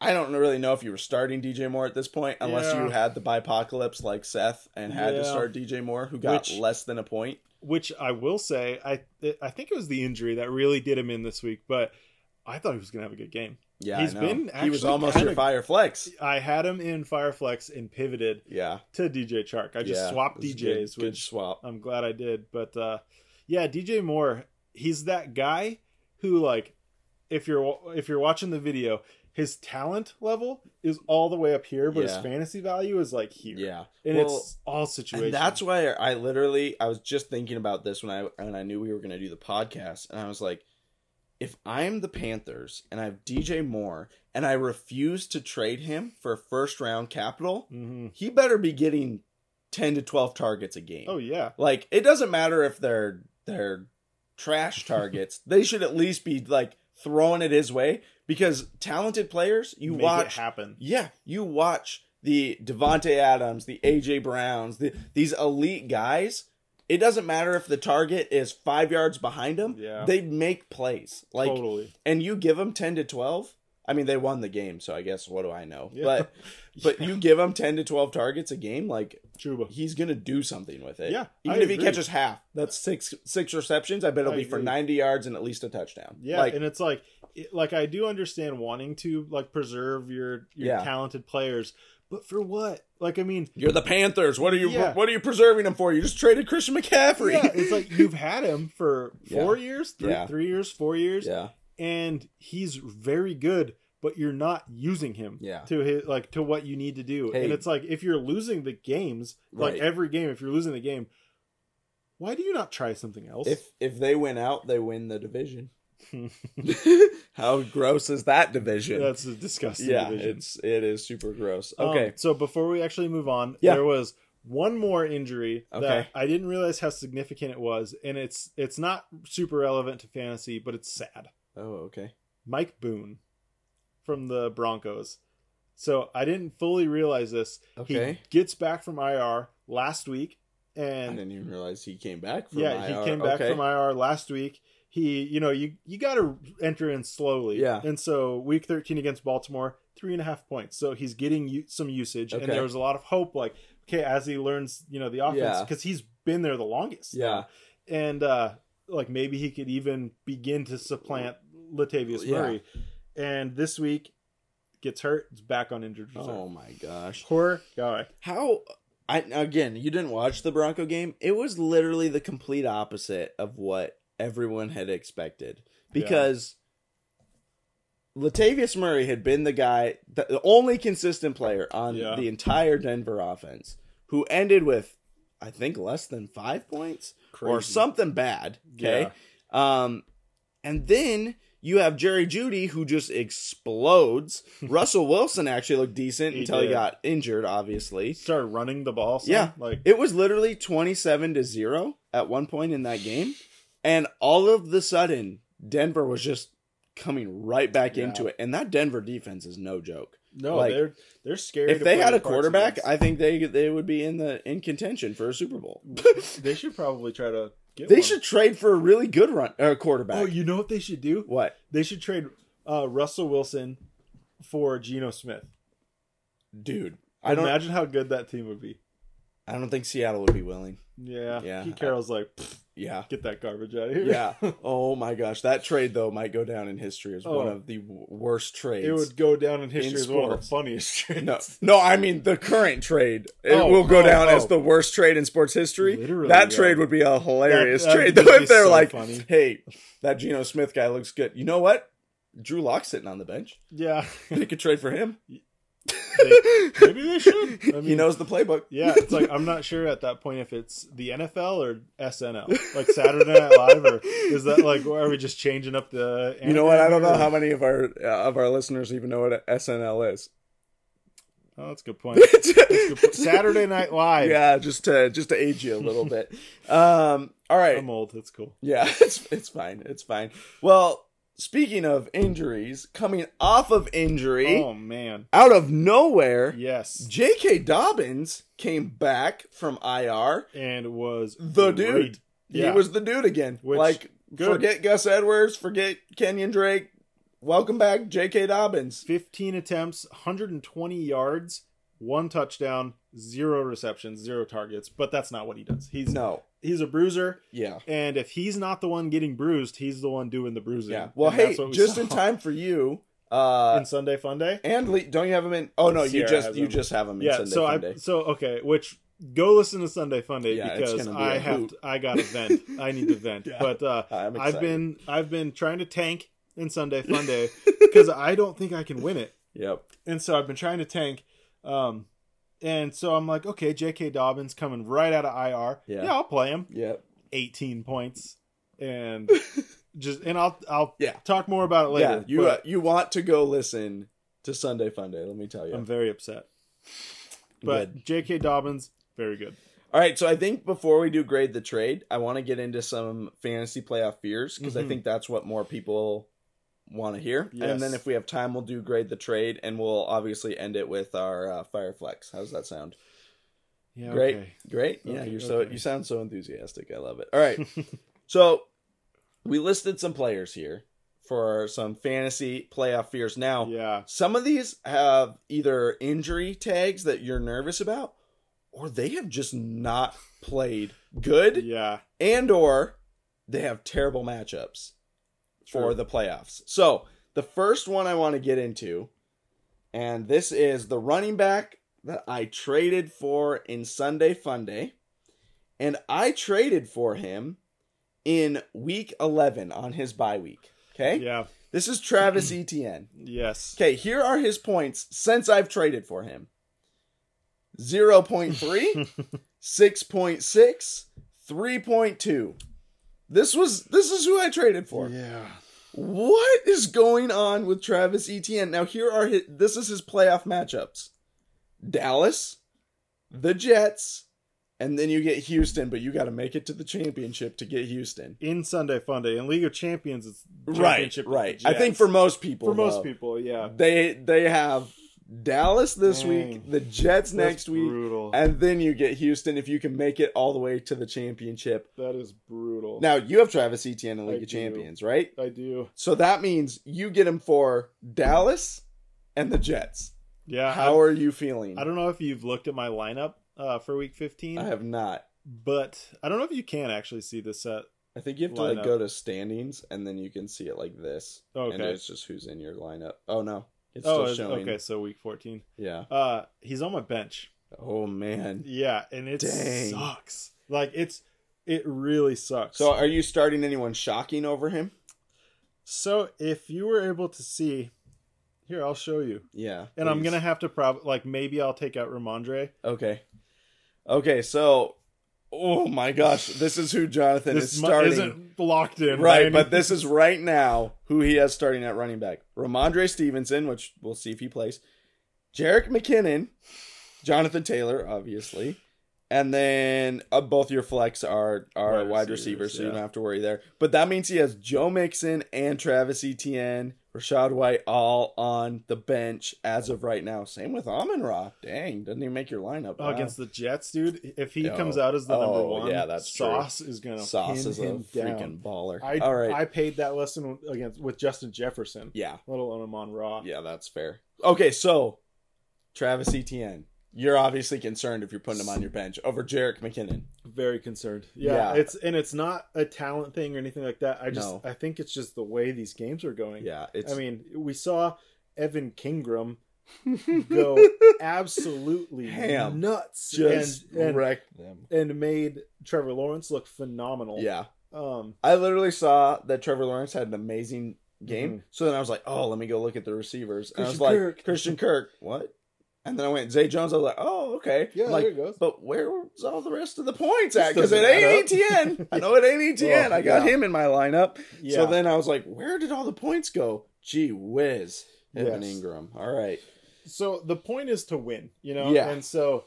S4: I don't really know if you were starting DJ Moore at this point, unless
S3: Yeah.
S4: you had the bipocalypse like Seth and had to
S3: Yeah.
S4: start DJ Moore, who got
S3: Which-
S4: less than a point.
S3: Which I will say, I I think it was the injury that really did him in this week, but I thought he was gonna have a good game.
S4: Yeah,
S3: He's
S4: I know.
S3: been
S4: he was
S3: actually
S4: almost
S3: kinda-
S4: your fire flex.
S3: I had him in Fireflex and pivoted
S4: Yeah,
S3: to DJ Chark. I just
S4: yeah.
S3: swapped
S4: It was a
S3: DJs,
S4: good-
S3: which
S4: good swap.
S3: I'm glad I did. But uh, yeah, DJ Moore, he's that guy who like if you're if you're watching the video, his talent level is all the way up here, but
S4: Yeah.
S3: his fantasy value is like here.
S4: Yeah,
S3: and
S4: Well,
S3: it's all situations.
S4: and that's why I literally I was just thinking about this when I when I knew we were going to do the podcast, and I was like, if I'm the Panthers and I have DJ Moore and I refuse to trade him for first round capital,
S3: hmm
S4: he better be getting ten to twelve targets a game.
S3: Oh yeah,
S4: Like it doesn't matter if they're they're trash targets; they should at least be like throwing it his way because talented players you
S3: Make it
S4: watch
S3: happen.
S4: yeah, you watch the Devonte Adams, the AJ Browns, the, these elite guys. It doesn't matter if the target is five yards behind them.
S3: Yeah.
S4: they make plays. Like,
S3: totally.
S4: and you give them ten to twelve. I mean, they won the game, so I guess what do I know?
S3: Yeah.
S4: But but you give him ten to twelve targets a game, like
S3: Chuba.
S4: he's gonna do something with it.
S3: Yeah,
S4: even
S3: I
S4: if he
S3: agree.
S4: catches half, that's six six receptions. I bet it'll
S3: I
S4: be for
S3: agree.
S4: ninety yards and at least a touchdown.
S3: Yeah,
S4: like,
S3: and it's like, it, like I do understand wanting to like preserve your your
S4: Yeah.
S3: talented players, but for what? Like, I mean,
S4: you're the Panthers. What are you
S3: Yeah.
S4: what are you preserving them for? You just traded Christian McCaffrey.
S3: yeah, it's like you've had him for
S4: Yeah.
S3: four years, three,
S4: Yeah.
S3: three years, four years,
S4: Yeah.
S3: and he's very good, but you're not using him
S5: Yeah.
S3: to his, like to what you need to do.
S5: Hey.
S3: And it's like if you're losing the games, like
S5: Right.
S3: every game, if you're losing the game, why do you not try something else?
S5: If if they win out, they win the division.
S4: How gross is that division?
S3: That's a disgusting
S4: yeah,
S3: division.
S4: it's it is super gross.
S3: Um,
S4: Okay,
S3: so before we actually move on,
S4: Yeah.
S3: there was one more injury that
S4: Okay.
S3: I didn't realize how significant it was, and it's it's not super relevant to fantasy, but it's sad.
S4: oh okay.
S3: Mike Boone from the Broncos. So I didn't fully realize this.
S4: Okay.
S3: He gets back from IR last week,
S4: I
S3: and
S4: didn't even realize he came back from
S3: yeah,
S4: IR.
S3: he came back
S4: okay.
S3: from IR last week. He, you know, you you got to enter in slowly.
S4: Yeah.
S3: And so week thirteen against Baltimore, three and a half points. So he's getting u- some usage,
S4: Okay.
S3: and there was a lot of hope. Like, okay, as he learns, you know, the offense
S4: Yeah.
S3: because he's been there the longest.
S4: Yeah,
S3: And uh, like maybe he could even begin to supplant Latavius
S4: Yeah.
S3: Murray. And this week gets hurt. It's back on injured reserve.
S4: Oh my gosh.
S3: Poor guy.
S4: How I again, you didn't watch the Bronco game. It was literally the complete opposite of what everyone had expected because Latavius Murray had been the guy, the, the only consistent player on
S3: Yeah.
S4: the entire Denver offense who ended with I think less than 5 points or
S3: Crazy.
S4: something bad, okay? Um and then you have Jerry Judy who just explodes. Russell Wilson actually looked decent
S3: He
S4: until he
S3: did.
S4: got injured, obviously.
S3: Started running the ball. some,
S4: Yeah.
S3: Like
S4: It was literally 27 to 0 at one point in that game. And all of the sudden, Denver was just coming right back
S3: Yeah.
S4: into it. And that Denver defense is no joke.
S3: no,
S4: like,
S3: they're they're scary.
S4: If
S3: to
S4: they
S3: play
S4: had a
S3: the Parts
S4: quarterback,
S3: against.
S4: I think they they would be in the in contention for a Super Bowl.
S3: They should probably try to get.
S4: they
S3: one.
S4: should trade for a really good run uh, quarterback.
S3: Oh, you know what they should do?
S4: what?
S3: They should trade uh, Russell Wilson for Geno Smith.
S4: Dude, I don't
S3: imagine how good that team would be.
S4: I don't think Seattle would be willing.
S3: Yeah.
S4: Yeah.
S3: Pete Carroll's like, "Pfft,
S4: Yeah.
S3: get that garbage out of here.
S4: Yeah. Oh my gosh, that trade though might go down in history as one
S3: Oh.
S4: of the w- worst trades.
S3: It would go down in history
S4: In
S3: as one of the
S4: sports.
S3: funniest trades.
S4: No, no, I mean the current trade. It
S3: Oh,
S4: will go
S3: oh,
S4: down
S3: oh.
S4: as the worst trade in sports history.
S3: Literally,
S4: that
S3: yeah.
S4: trade would be a hilarious
S3: That- that
S4: trade,
S3: would
S4: though.
S3: be
S4: If they're
S3: so
S4: like,
S3: funny.
S4: "Hey, that Geno Smith guy looks good," you know what? Drew Lock sitting on the bench.
S3: Yeah.
S4: They could trade for him.
S3: Maybe they should. I mean,
S4: he knows the playbook.
S3: Yeah, it's like I'm not sure at that point if it's the NFL or SNL, like Saturday Night Live, or is that like are we just changing up the?
S4: You know what? I don't know
S3: anagram,
S4: how many of our uh, of our listeners even know what a SNL is.
S3: or- Oh, that's a good point. Good point. Saturday Night Live.
S4: yeah, just to just to age you a little bit. Um, all right.
S3: I'm old. That's cool.
S4: Yeah, it's it's fine. It's fine. Well, speaking of injuries, coming off of injury,
S3: Oh man.
S4: out of nowhere,
S3: Yes.
S4: J.K. Dobbins came back from IR.
S3: And was
S4: The
S3: great.
S4: dude,
S3: Yeah.
S4: he was the dude again.
S3: Which-
S4: like,
S3: good.
S4: forget Gus Edwards, forget Kenyon Drake. Welcome back, J.K. Dobbins.
S3: 15 attempts, 120 yards, one touchdown, zero receptions, zero targets. But that's not what he does. He's
S4: No,
S3: he's a bruiser,
S4: yeah,
S3: and if he's not the one getting bruised, he's the one doing the bruising.
S4: yeah. Well,
S3: And
S4: hey,
S3: that's what we
S4: just
S3: saw
S4: in time for you. Uh,
S3: in Sunday Fun Day.
S4: and Lee, don't you have him in? Oh no, you
S3: Sierra
S4: just
S3: has
S4: you
S3: him.
S4: just have him in
S3: yeah
S4: Sunday
S3: so
S4: Funday.
S3: i so okay which go listen to sunday funday
S4: Yeah, it's
S3: because
S4: gonna be
S3: i
S4: a
S3: have
S4: hoot.
S3: to, i got to vent i need to vent
S4: Yeah.
S3: but uh
S4: I'm
S3: i've
S4: excited.
S3: been i've been trying to tank in sunday funday because i don't think i can win it
S4: Yep.
S3: and so i've been trying to tank um and so i'm like okay jk dobbins coming right out of ir
S4: Yeah.
S3: yeah i'll play him
S4: Yep.
S3: 18 points and just and i'll i'll
S4: Yeah.
S3: talk more about it later
S4: yeah, you uh,
S3: but
S4: you want to go listen to Sunday Funday? Let me tell you.
S3: i'm very upset but jk dobbins very good
S4: All right, so I think before we do grade the trade, I want to get into some fantasy playoff fears because I
S3: Mhm.
S4: think that's what more people want to hear.
S3: Yes.
S4: And then if we have time, we'll do grade the trade, and we'll obviously end it with our uh, Fireflex. How's that sound?
S3: yeah
S4: Great,
S3: okay.
S4: great. yeah,
S3: Okay,
S4: you're so
S3: okay.
S4: you sound so enthusiastic. I love it. All right, so we listed some players here for some fantasy playoff fears. Now,
S3: Yeah.
S4: Some of these have either injury tags that you're nervous about, or they have just not played good,
S3: Yeah.
S4: and or they have terrible matchups for
S3: True.
S4: the playoffs. So the first one I want to get into, and this is the running back that I traded for in Sunday Funday, and I traded for him in Week 11 on his bye week. Okay,
S3: Yeah.
S4: This is Travis Etienne.
S3: Yes.
S4: Okay, here are his points since I've traded for him 0.3, 6.6, 3.2. This was this is who I traded for.
S3: Yeah.
S4: What is going on with Travis Etienne? Now here are his, this is his playoff matchups. Dallas, the Jets, and then you get Houston, but you got to make it to the championship to get Houston.
S3: In Sunday Funday in League of Champions, it's
S4: Right,
S3: championship with
S4: right.
S3: the
S4: I think
S3: Jets.
S4: for most people,
S3: for most
S4: though,
S3: people, yeah.
S4: they they have Dallas this
S3: Dang.
S4: week, the Jets next week,
S3: brutal.
S4: and then you get Houston if you can make it all the way to the championship.
S3: That is brutal.
S4: Now you have Travis Etienne in
S3: I
S4: League of
S3: do.
S4: Champions, right?
S3: I do.
S4: So that means you get him for Dallas and the Jets.
S3: Yeah.
S4: How are you feeling?
S3: I, I don't know if you've looked at my lineup uh, for Week 15,
S4: I have not.
S3: but I don't know if you can actually see this set.
S4: I think you have to
S3: Lineup.
S4: like go to standings and then you can see it like this. And
S3: Okay.
S4: it's just who's in your lineup. Oh no. It's
S3: Oh,
S4: still
S3: it's-
S4: showing.
S3: okay. So Week 14.
S4: Yeah.
S3: Uh, he's on my bench.
S4: Oh man.
S3: Yeah, and it
S4: Dang.
S3: sucks. Like it's it really sucks.
S4: So are you starting anyone shocking over him?
S3: So if you were able to see here, I'll show you.
S4: Yeah.
S3: And I'm
S4: please.
S3: gonna have to probably like maybe I'll take out Ramondre.
S4: Okay. Okay, so oh my gosh, this is who Jonathan
S3: This
S4: is
S3: mu-
S4: starting.
S3: isn't locked in,
S4: Right,
S3: Ryan.
S4: but this is right now who he has starting at running back. Ramondre Stevenson, which we'll see if he plays. Jarek McKinnon, Jonathan Taylor, obviously. And then uh, both your flex are are
S3: Wide receivers,
S4: wide, receivers, so you
S3: yeah.
S4: don't have to worry there. But that means he has Joe Mixon and Travis Etienne, Rashad White all on the bench as of right now. Same with Amon Ra. Dang, doesn't he make your lineup?
S3: Oh, against the Jets, dude. If he
S4: Oh.
S3: comes out as the number
S4: Oh,
S3: one,
S4: yeah, that's true.
S3: Sauce is gonna
S4: Wow. Sauce
S3: pin
S4: is a
S3: him
S4: freaking
S3: down.
S4: baller.
S3: I
S4: all right.
S3: I paid that lesson against with Justin Jefferson,
S4: yeah.
S3: let alone him on Raw.
S4: Yeah, that's fair. Okay, so Travis Etienne, you're obviously concerned if you're putting him on your bench over Jarek McKinnon.
S3: Very concerned. Yeah,
S4: Yeah.
S3: it's and it's not a talent thing or anything like that. I just
S4: No.
S3: I think it's just the way these games are going.
S4: Yeah, it's
S3: I mean, we saw Evan Kingram go absolutely
S4: Ham.
S3: nuts
S4: just
S3: and, and,
S4: wrecked them.
S3: and made Trevor Lawrence look phenomenal.
S4: Yeah,
S3: Um
S4: I literally saw that Trevor Lawrence had an amazing game. So then I was like, oh, let me go look at the receivers. And I was
S3: Mm-hmm. Christian
S4: like,
S3: Kirk.
S4: Christian Kirk, what? And then I went Zay Jones. I was like, oh, okay.
S3: Yeah,
S4: I'm like,
S3: there it goes.
S4: But where was all the rest of the points at? Because
S3: doesn't
S4: it ain't
S3: add
S4: ETN. I know it ain't ETN.
S3: Well,
S4: I got
S3: yeah.
S4: him in my lineup.
S3: yeah.
S4: So then I was like, where did all the points go? Gee whiz. Evan
S3: Yes.
S4: Ingram. All right.
S3: so the point is to win, you know?
S4: Yeah.
S3: And so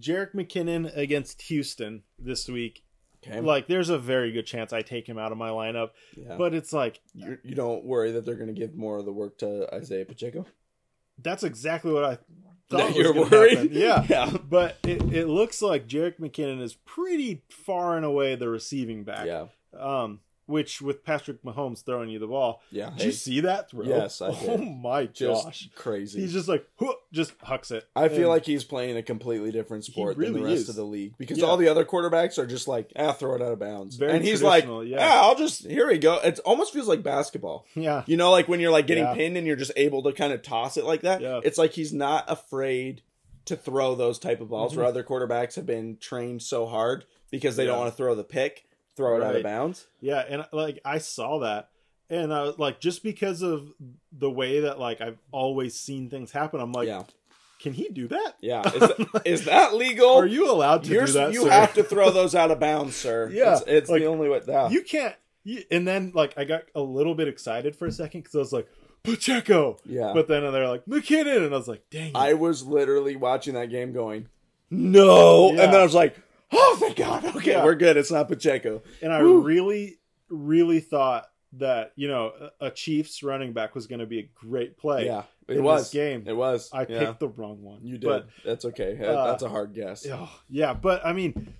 S3: Jarek McKinnon against Houston this week.
S4: Okay.
S3: Like there's a very good chance I take him out of my lineup.
S4: Yeah.
S3: But it's like
S4: you, you don't worry that they're going to give more of the work to Isaiah Pacheco.
S3: that's exactly what I thought.
S4: That
S3: was
S4: you're
S3: gonna
S4: worried.
S3: happen. Yeah.
S4: yeah.
S3: But it, it looks like Jarek McKinnon is pretty far and away the receiving back.
S4: Yeah.
S3: Um, which with Patrick Mahomes throwing you the ball,
S4: Yeah.
S3: did
S4: Hey,
S3: you see that throw?
S4: Yes, I did.
S3: Oh my
S4: just
S3: gosh,
S4: crazy.
S3: he's just like "Huh," just hucks it.
S4: I feel
S3: And
S4: like he's playing a completely different sport than
S3: really
S4: the rest
S3: is.
S4: of the league because
S3: Yeah.
S4: all the other quarterbacks are just like, ah, throw it out of bounds.
S3: Very
S4: and he's like,
S3: traditional,
S4: yeah.
S3: yeah.
S4: I'll just, here we go. It almost feels like basketball.
S3: yeah,
S4: You know, like when you're like getting
S3: Yeah.
S4: pinned and you're just able to kind of toss it like that.
S3: Yeah.
S4: It's like he's not afraid to throw those type of balls where other quarterbacks have been trained so hard because they don't
S3: Mm-hmm. Yeah.
S4: want to throw the pick, throw it out
S3: Right.
S4: of bounds.
S3: yeah, and like I saw that, and I was like, just because of the way that like I've always seen things happen, I'm like,
S4: yeah.
S3: can he do that?
S4: Yeah. Is, that, is that legal?
S3: Are you allowed to
S4: You're-
S3: do that?
S4: you
S3: sir?
S4: have to throw those out of bounds, sir.
S3: Yeah.
S4: It's, it's
S3: Like,
S4: the only way. Yeah.
S3: You can't. You, and then like I got a little bit excited for a second because I was like Pacheco,
S4: yeah.
S3: but then they're like McKinnon, and I was like, dang, it.
S4: I was literally watching that game going, no.
S3: Yeah.
S4: And then I was like, oh, thank God. Okay,
S3: Yeah.
S4: we're good. It's not Pacheco.
S3: and I
S4: Woo.
S3: really, really thought that you know a a Chiefs running back was going to be a great play.
S4: yeah.
S3: in
S4: It
S3: this
S4: was.
S3: game,
S4: It was.
S3: I picked
S4: yeah.
S3: the wrong one.
S4: You did.
S3: But,
S4: That's okay.
S3: uh,
S4: That's a hard guess.
S3: oh, yeah, but I mean,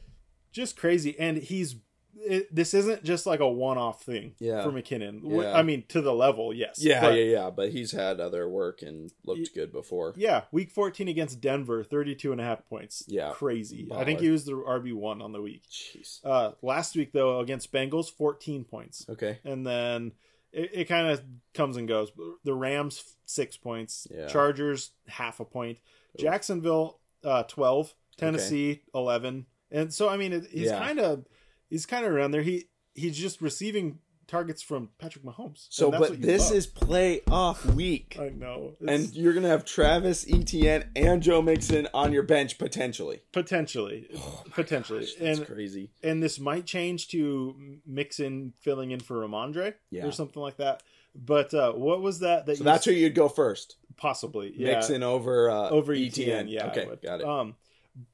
S3: just crazy. And he's it, this isn't just like a one-off thing.
S4: Yeah.
S3: for McKinnon. Wh-
S4: Yeah.
S3: I mean, to the level, yes.
S4: Yeah,
S3: But,
S4: yeah, yeah. But he's had other work and looked good before.
S3: yeah, Week 14 against Denver, 32 and a half points.
S4: Yeah.
S3: crazy. I
S4: Baller.
S3: think he was the RB one on the week.
S4: Jeez.
S3: Uh, last week though against Bengals, 14 points.
S4: Okay.
S3: and then it, it kind of comes and goes. The Rams six points,
S4: Yeah.
S3: Chargers half a point,
S4: Oof.
S3: Jacksonville uh, twelve, Tennessee eleven, and so I mean it, he's
S4: Yeah.
S3: kind of he's kind of around there. He he's just receiving targets from Patrick Mahomes.
S4: So,
S3: And that's
S4: but
S3: what you
S4: this
S3: love.
S4: is playoff week,
S3: I know.
S4: and
S3: It's
S4: you're gonna have Travis Etienne and Joe Mixon on your bench potentially.
S3: potentially, potentially,
S4: That's
S3: and
S4: crazy.
S3: and this might change to Mixon filling in for Ramondre
S4: Yeah.
S3: or something like that. But uh, what was that? That
S4: So that's who
S3: you
S4: you'd go first.
S3: possibly yeah,
S4: Mixon over uh,
S3: over
S4: Etienne.
S3: ETN. Yeah, I
S4: okay,
S3: would.
S4: got it.
S3: Um,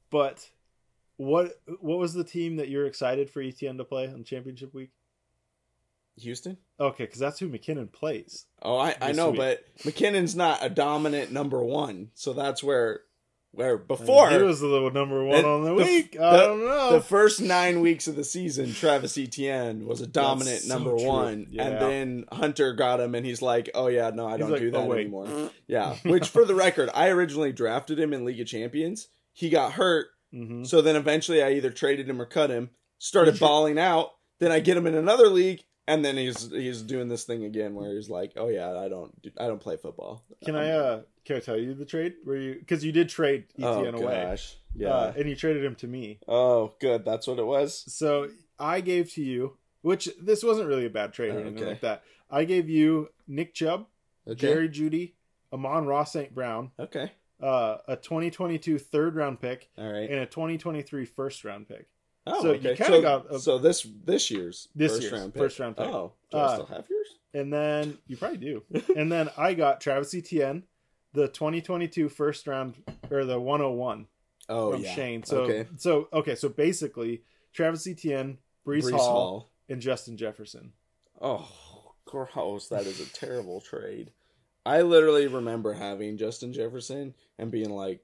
S3: but what what was the team that you're excited for ETN to play on Championship Week?
S4: Houston.
S3: Okay, because that's who McKinnon plays.
S4: Oh, I, I
S3: This
S4: know,
S3: week.
S4: but McKinnon's not a dominant number one, so that's where where
S3: And
S4: before
S3: he was the number one
S4: And
S3: on the
S4: the-
S3: week.
S4: the-
S3: I don't know.
S4: the first nine weeks of the season, Travis Etienne was a dominant
S3: so
S4: number
S3: true.
S4: one,
S3: Yeah.
S4: and then Hunter got him, and he's like, "Oh yeah, no, I
S3: He's
S4: don't
S3: like,
S4: do that
S3: "Oh, wait."
S4: anymore." yeah, which for the record, I originally drafted him in League of Champions. He got hurt,
S3: Mhm.
S4: so then eventually I either traded him or cut him. Started
S3: You should-
S4: balling out, then I get him in another league, and then he's he's doing this thing again where he's like, "Oh yeah, I don't do- I don't play football." Um,
S3: Can
S4: I'm-
S3: I uh can I tell you the trade? Where you because you did trade Etienne
S4: oh,
S3: away,
S4: Gosh. Yeah.
S3: uh, and you traded him to me.
S4: oh, good. That's what it was.
S3: So I gave to you, which this wasn't really a bad trade or
S4: Oh,
S3: anything
S4: okay.
S3: like that. I gave you Nick Chubb, Jerry Judy, Amon Ross St. Brown,
S4: Okay.
S3: uh, a 2022 third round pick,
S4: All right.
S3: and a 2023 first round pick.
S4: Oh,
S3: So you
S4: okay.
S3: kinda
S4: so,
S3: got a-
S4: so this this year's
S3: This
S4: first
S3: year's
S4: round pick.
S3: first round pick.
S4: Oh, do I
S3: Uh,
S4: still have yours?
S3: And then you probably do. and then I got Travis Etienne, the 2022 first round or the 101.
S4: Oh
S3: from Shane. So
S4: okay.
S3: so okay, so basically Travis Etienne, Brees,
S4: Brees
S3: Hall,
S4: Hall.
S3: and Justin Jefferson.
S4: Oh, gross! That is a terrible trade. I literally remember having Justin Jefferson and being like,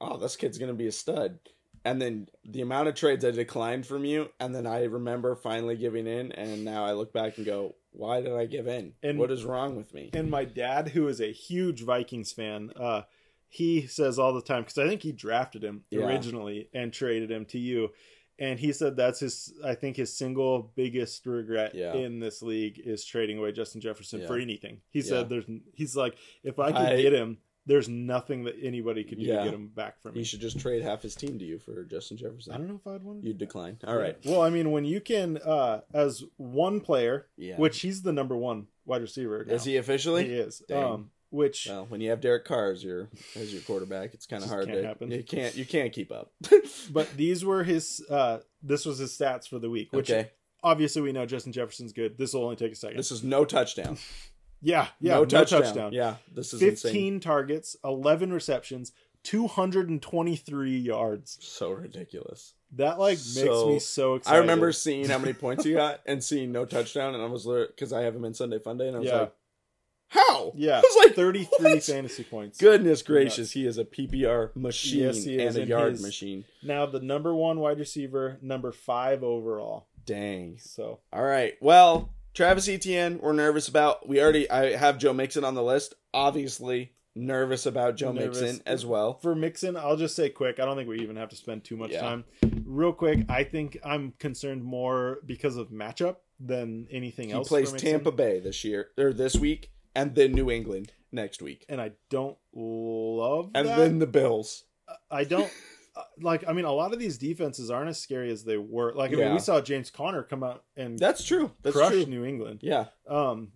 S4: "Oh, this kid's gonna be a stud." And then the amount of trades I declined from you, and then I remember finally giving in, and now I look back and go, "Why did I give in?
S3: And-
S4: what is wrong with me?"
S3: And my dad, who is a huge Vikings fan, uh, he says all the time because I think he drafted him
S4: Yeah.
S3: originally and traded him to you. And he said that's his, I think his single biggest regret
S4: Yeah.
S3: in this league is trading away Justin Jefferson
S4: Yeah.
S3: for anything. He
S4: Yeah.
S3: said there's, he's like, if I could
S4: I-
S3: get him, there's nothing that anybody could do
S4: Yeah.
S3: to get him back from
S4: You
S3: me.
S4: should just trade half his team to you for Justin Jefferson.
S3: I don't know if I'd want to.
S4: You'd decline. All right.
S3: Well, I mean, when you can, uh, as one player,
S4: Yeah.
S3: which he's the number one wide receiver. now.
S4: Is he officially?
S3: He is.
S4: Dang.
S3: Um, which
S4: Well, when you have Derek Carr as your as your quarterback, it's kind of
S3: Just
S4: hard
S3: can't
S4: to
S3: happen.
S4: you can't you can't keep up.
S3: But these were his. Uh, this was his stats for the week. Which
S4: okay,
S3: obviously we know Justin Jefferson's good. This will only take a second.
S4: this is no touchdown.
S3: yeah, yeah,
S4: no, touchdown.
S3: touchdown.
S4: Yeah, this is insane.
S3: Fifteen targets, eleven receptions, two hundred and twenty-three yards.
S4: So ridiculous.
S3: That like makes
S4: So-
S3: me so excited.
S4: I remember seeing how many points he got and seeing no touchdown, and I was because I have him in Sunday Funday, and I was
S3: Yeah.
S4: like, how?
S3: Yeah,
S4: I was like
S3: thirty-three
S4: what?
S3: fantasy points.
S4: Goodness gracious, he is a PPR machine
S3: Yes, he is,
S4: and a
S3: and
S4: yard
S3: his-
S4: machine.
S3: Now the number one wide receiver, number five overall.
S4: Dang.
S3: So
S4: All right. Well, Travis Etienne, we're nervous about. We already I have Joe Mixon on the list. Obviously, nervous about Joe
S3: Nervous.
S4: Mixon as well.
S3: for Mixon, I'll just say quick. I don't think we even have to spend too much
S4: Yeah.
S3: time. Real quick, I think I'm concerned more because of matchup than anything
S4: He
S3: else. for
S4: plays
S3: Mixon.
S4: Tampa Bay this year or this week, and then New England next week,
S3: and I don't love
S4: and
S3: that.
S4: then the Bills.
S3: I don't uh, like. I mean, a lot of these defenses aren't as scary as they were. Like, I mean,
S4: Yeah.
S3: we saw James Conner come out and
S4: That's true. That's
S3: crush
S4: true.
S3: New England.
S4: Yeah,
S3: Um,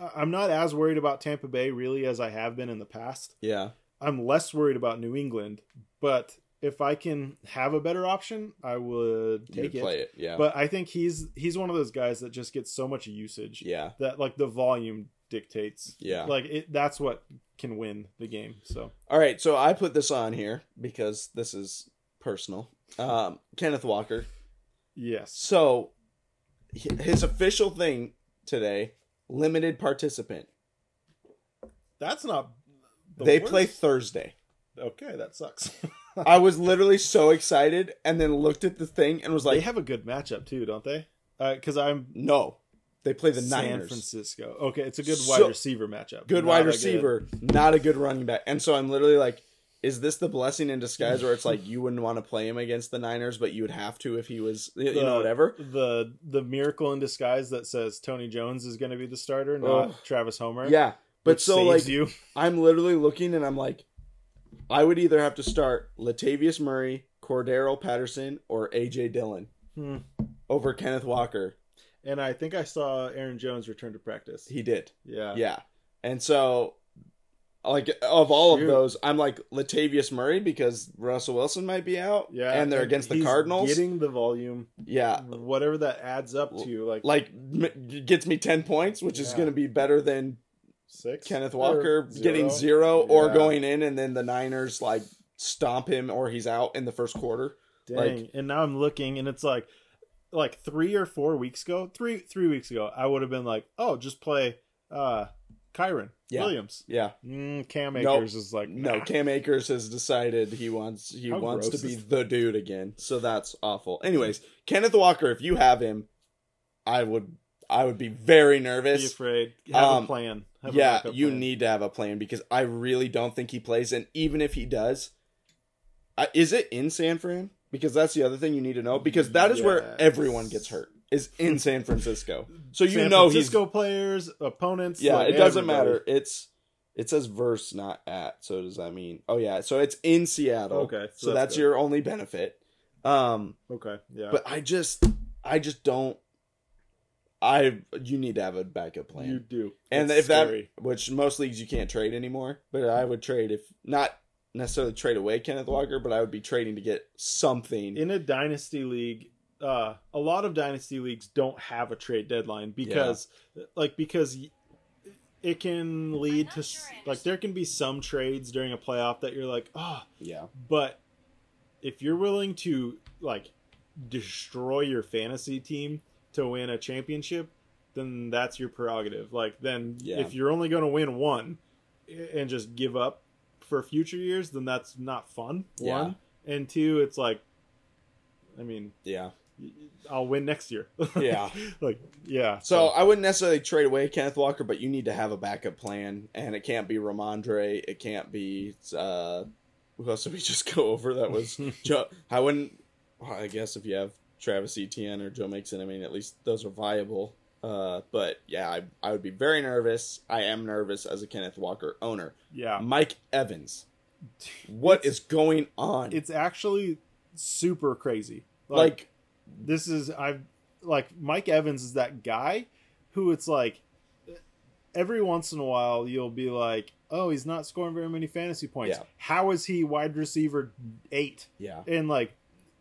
S3: I- I'm not as worried about Tampa Bay really as I have been in the past.
S4: yeah.
S3: I'm less worried about New England, but if I can have a better option, I would
S4: They
S3: take it.
S4: play it. Yeah,
S3: But I think he's he's one of those guys that just gets so much usage
S4: yeah,
S3: that like the volume dictates.
S4: yeah.
S3: Like it that's what can win the game. So
S4: All right. So I put this on here because this is personal. Um, Kenneth Walker.
S3: yes.
S4: So hi- his official thing today: limited participant.
S3: That's not the
S4: they
S3: worst.
S4: play Thursday.
S3: Okay, that sucks.
S4: I was literally so excited and then looked at the thing and was
S3: they
S4: like,
S3: have a good matchup too, don't they? Uh cuz I'm
S4: no. They play the
S3: San
S4: Niners.
S3: Francisco. Okay, it's a good
S4: So-
S3: wide receiver matchup. Not
S4: Good
S3: a
S4: wide receiver, not a good running back. And so I'm literally like, is this the blessing in disguise where it's like you wouldn't want to play him against the Niners, but you would have to if he was, y- you
S3: The-
S4: know, whatever?
S3: The the miracle in disguise that says Tony Jones is going to be the starter, not
S4: Ugh.
S3: Travis Homer.
S4: Yeah. But
S3: which
S4: so,
S3: saves
S4: like,
S3: you.
S4: I'm literally looking and I'm like, I would either have to start Latavius Murray, Cordero Patterson, or A.J. Dillon
S3: Hmm.
S4: over Kenneth Walker.
S3: and I think I saw Aaron Jones return to practice.
S4: He did.
S3: yeah,
S4: Yeah. And so, like, of all
S3: Shoot.
S4: of those, I'm like Latavius Murray because Russell Wilson might be out.
S3: yeah.
S4: And they're against the
S3: he's
S4: Cardinals.
S3: Getting the volume,
S4: yeah.
S3: whatever that adds up to, like,
S4: Like, m- gets me 10 points, which is
S3: Yeah.
S4: going to be better than
S3: six.
S4: Kenneth
S3: or
S4: Walker getting zero or
S3: Yeah.
S4: going in and then the Niners, like, stomp him or he's out in the first quarter.
S3: Dang.
S4: like-
S3: and now I'm looking, and it's like, like three or four weeks ago, three three weeks ago, I would have been like, oh, just play, uh, Kyron
S4: Yeah.
S3: Williams.
S4: Yeah.
S3: Mm, Cam
S4: Nope.
S3: Akers is like, nah.
S4: No, Cam Akers has decided he wants he
S3: How
S4: wants to
S3: gross
S4: be
S3: is
S4: the dude again. So that's awful. Anyways, Kenneth Walker, if you have him, I would I would be very
S3: be
S4: nervous.
S3: afraid. Have
S4: Um,
S3: a plan. Have a
S4: Yeah,
S3: backup
S4: you
S3: plan.
S4: need to have a plan because I really don't think he plays. And even if he does, I, is it in San Fran? Because that's the other thing you need to know. Because that is where
S3: Yes.
S4: everyone gets hurt is in San Francisco. So you
S3: San
S4: know he's
S3: Francisco players, opponents.
S4: yeah,
S3: like,
S4: it doesn't
S3: everybody.
S4: matter. It's it says verse, not at. So does that mean? Oh yeah, so it's in Seattle.
S3: Okay, so
S4: so, that's,
S3: that's good.
S4: your only benefit. Um,
S3: Okay, yeah,
S4: but I just, I just don't. I you need to have a backup plan,
S3: you do.
S4: and
S3: It's
S4: if that,
S3: scary.
S4: which most leagues you can't trade anymore, but I would trade if not necessarily trade away Kenneth Walker, but I would be trading to get something.
S3: in a dynasty league uh a lot of dynasty leagues don't have a trade deadline because like because y- it can lead to s like there can be some trades during a playoff that you're like oh
S4: yeah,
S3: but if you're willing to like destroy your fantasy team to win a championship then that's your prerogative like then
S4: Yeah.
S3: if you're only going to win one i- and just give up for future years then that's not fun
S4: Yeah.
S3: one and two it's like i mean
S4: yeah.
S3: i'll win next year
S4: Yeah.
S3: like yeah
S4: So I wouldn't necessarily trade away Kenneth Walker, but you need to have a backup plan, and it can't be Ramondre. It can't be uh, who else did we just go over? That was Joe. I wouldn't. Well, I guess if you have Travis Etienne or Joe Mixon, I mean, at least those are viable. Uh, but yeah, I, I would be very nervous. I am nervous as a Kenneth Walker owner.
S3: yeah
S4: Mike Evans, what is going on?
S3: it's actually super crazy
S4: like
S3: this is I've like Mike Evans is that guy who it's like every once in a while you'll be like, oh, he's not scoring very many fantasy points.
S4: Yeah.
S3: How is he wide receiver eight?
S4: yeah.
S3: And like,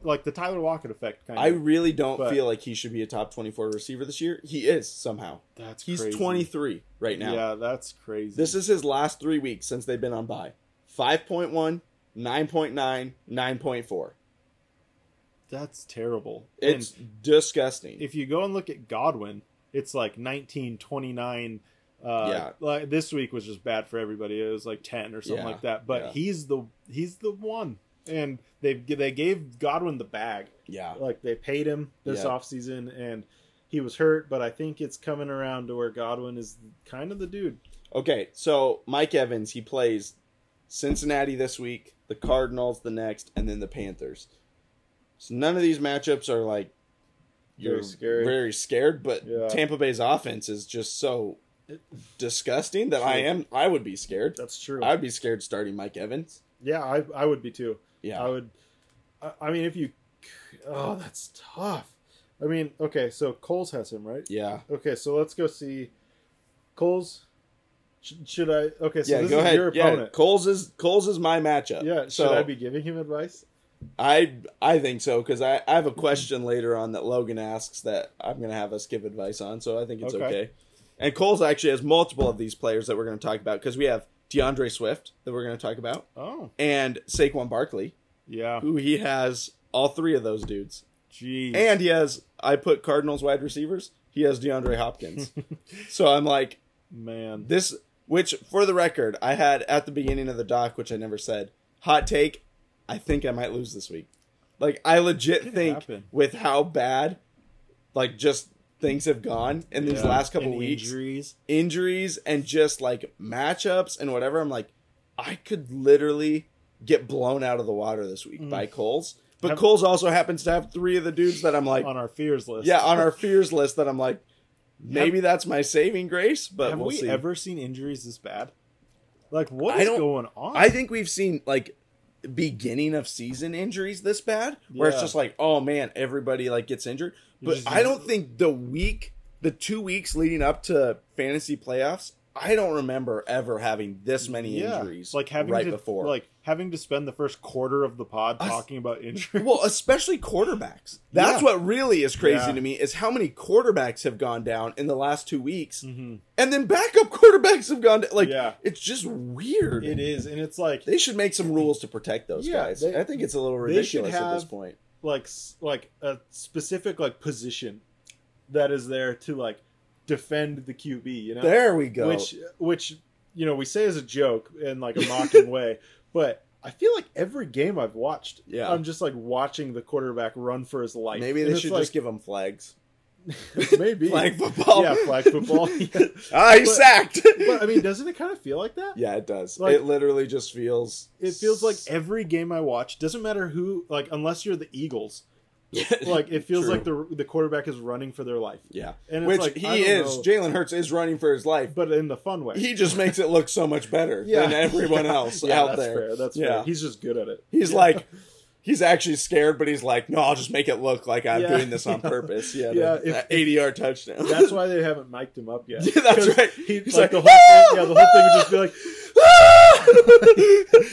S3: like the Tyler Lockett effect kind
S4: I
S3: of.
S4: really don't
S3: But-
S4: feel like he should be a top 24 receiver this year. He is somehow.
S3: That's
S4: He's
S3: crazy.
S4: 23 right now.
S3: Yeah, that's crazy.
S4: This is his last three weeks since they've been on bye 5.1, 9.9, 9.4.
S3: that's terrible.
S4: It's
S3: and
S4: disgusting.
S3: if you go and look at Godwin, it's like 19, 29. Uh,
S4: Yeah.
S3: like this week was just bad for everybody. It was like ten or something
S4: Yeah,
S3: like that. But
S4: yeah.
S3: he's the he's the one, and they they gave Godwin the bag.
S4: yeah.
S3: Like they paid him this
S4: Yeah.
S3: off offseason, and he was hurt. But I think it's coming around to where Godwin is kind of the dude.
S4: Okay, so Mike Evans, he plays Cincinnati this week, the Cardinals the next, and then the Panthers. So none of these matchups are like you're
S3: Very scary.
S4: very scared, but
S3: Yeah.
S4: Tampa Bay's offense is just so disgusting that I
S3: True.
S4: am I would be scared.
S3: That's true.
S4: I'd be scared starting Mike Evans.
S3: yeah, I I would be too.
S4: Yeah.
S3: I would. I, I mean, if you. Oh, that's tough. I mean, okay, so Coles has him right.
S4: yeah.
S3: Okay, so let's go see Coles. Sh- should I? Okay, so
S4: yeah,
S3: this
S4: go
S3: is
S4: ahead.
S3: your
S4: yeah,
S3: opponent.
S4: Coles is Coles is my matchup.
S3: Yeah, should
S4: so
S3: I be giving him advice?
S4: I I think so because I, I have a question later on that Logan asks that I'm gonna have us give advice on, so I think it's okay.
S3: Okay.
S4: And Coles actually has multiple of these players that we're gonna talk about because we have DeAndre Swift that we're gonna talk about
S3: Oh,
S4: and Saquon Barkley,
S3: yeah.
S4: who he has all three of those dudes,
S3: Jeez.
S4: and he has I put Cardinals wide receivers. He has DeAndre Hopkins, so I'm like
S3: man,
S4: this, which for the record, I had at the beginning of the doc, which I never said. Hot take: I think I might lose this week. Like I legit think
S3: happen.
S4: with how bad, like just things have gone in these
S3: Yeah.
S4: last couple
S3: And
S4: weeks,
S3: injuries.
S4: injuries and just like matchups and whatever. I'm like, I could literally get blown out of the water this week by Coles. But
S3: Mm. Have-
S4: Coles also happens to have three of the dudes that I'm like,
S3: on our fears list.
S4: yeah, on our fears list that I'm like, maybe that's my saving grace. But
S3: Have
S4: we'll
S3: we
S4: see.
S3: ever seen injuries this bad? Like, what
S4: I
S3: is
S4: don't-
S3: going on?
S4: I think we've seen like beginning of season injuries this bad, where it's
S3: Yeah.
S4: just like, oh man, everybody like gets injured. But
S3: just-
S4: I don't think the week, the two weeks leading up to fantasy playoffs, I don't remember ever having this many
S3: yeah.
S4: injuries.
S3: Like having
S4: right
S3: to,
S4: before,
S3: like having to spend the first quarter of the pod talking about injuries.
S4: well, especially quarterbacks. That's
S3: Yeah.
S4: what really is crazy
S3: Yeah.
S4: to me is how many quarterbacks have gone down in the last two weeks,
S3: Mm-hmm.
S4: and then backup quarterbacks have gone. down. Like,
S3: Yeah.
S4: it's just weird.
S3: It is, and it's like
S4: They should make some rules to protect those
S3: Yeah,
S4: guys.
S3: they-
S4: I think it's a little
S3: they should
S4: ridiculous at this
S3: have-
S4: point.
S3: like s- like a specific like position that is there to like defend the QB. You know,
S4: There we go.
S3: which which you know we say as a joke in like a mocking way, but. I feel like every game I've watched,
S4: Yeah.
S3: I'm just like watching the quarterback run for his life.
S4: Maybe
S3: And
S4: they
S3: it's
S4: should
S3: like-
S4: just give them flags.
S3: maybe
S4: Flag football.
S3: Yeah, flag football. Yeah.
S4: Ah, he
S3: But-
S4: sacked.
S3: But I mean, doesn't it kind of feel like that?
S4: yeah, it does.
S3: Like-
S4: it literally just feels.
S3: It feels like every game I watch doesn't matter who, like unless you're the Eagles, like it feels
S4: True.
S3: like the the quarterback is running for their life.
S4: yeah,
S3: and it's
S4: which
S3: like, I
S4: he
S3: don't
S4: is.
S3: know.
S4: Jalen Hurts is running for his life.
S3: but in the fun way.
S4: He just makes it look so much better
S3: Yeah.
S4: than everyone else
S3: yeah,
S4: out
S3: that's
S4: there.
S3: fair. That's
S4: Yeah.
S3: fair. He's just good at it.
S4: He's like, he's actually scared, but he's like, no, I'll just make it look like I'm
S3: Yeah.
S4: doing this on purpose. Yeah,
S3: Yeah,
S4: the,
S3: if-
S4: that 80 yard touchdown.
S3: That's why they haven't mic'd him up yet.
S4: Yeah, that's
S3: 'Cause
S4: right.
S3: He,
S4: He's
S3: like,
S4: like,
S3: the whole thing, yeah, the whole thing would just be like,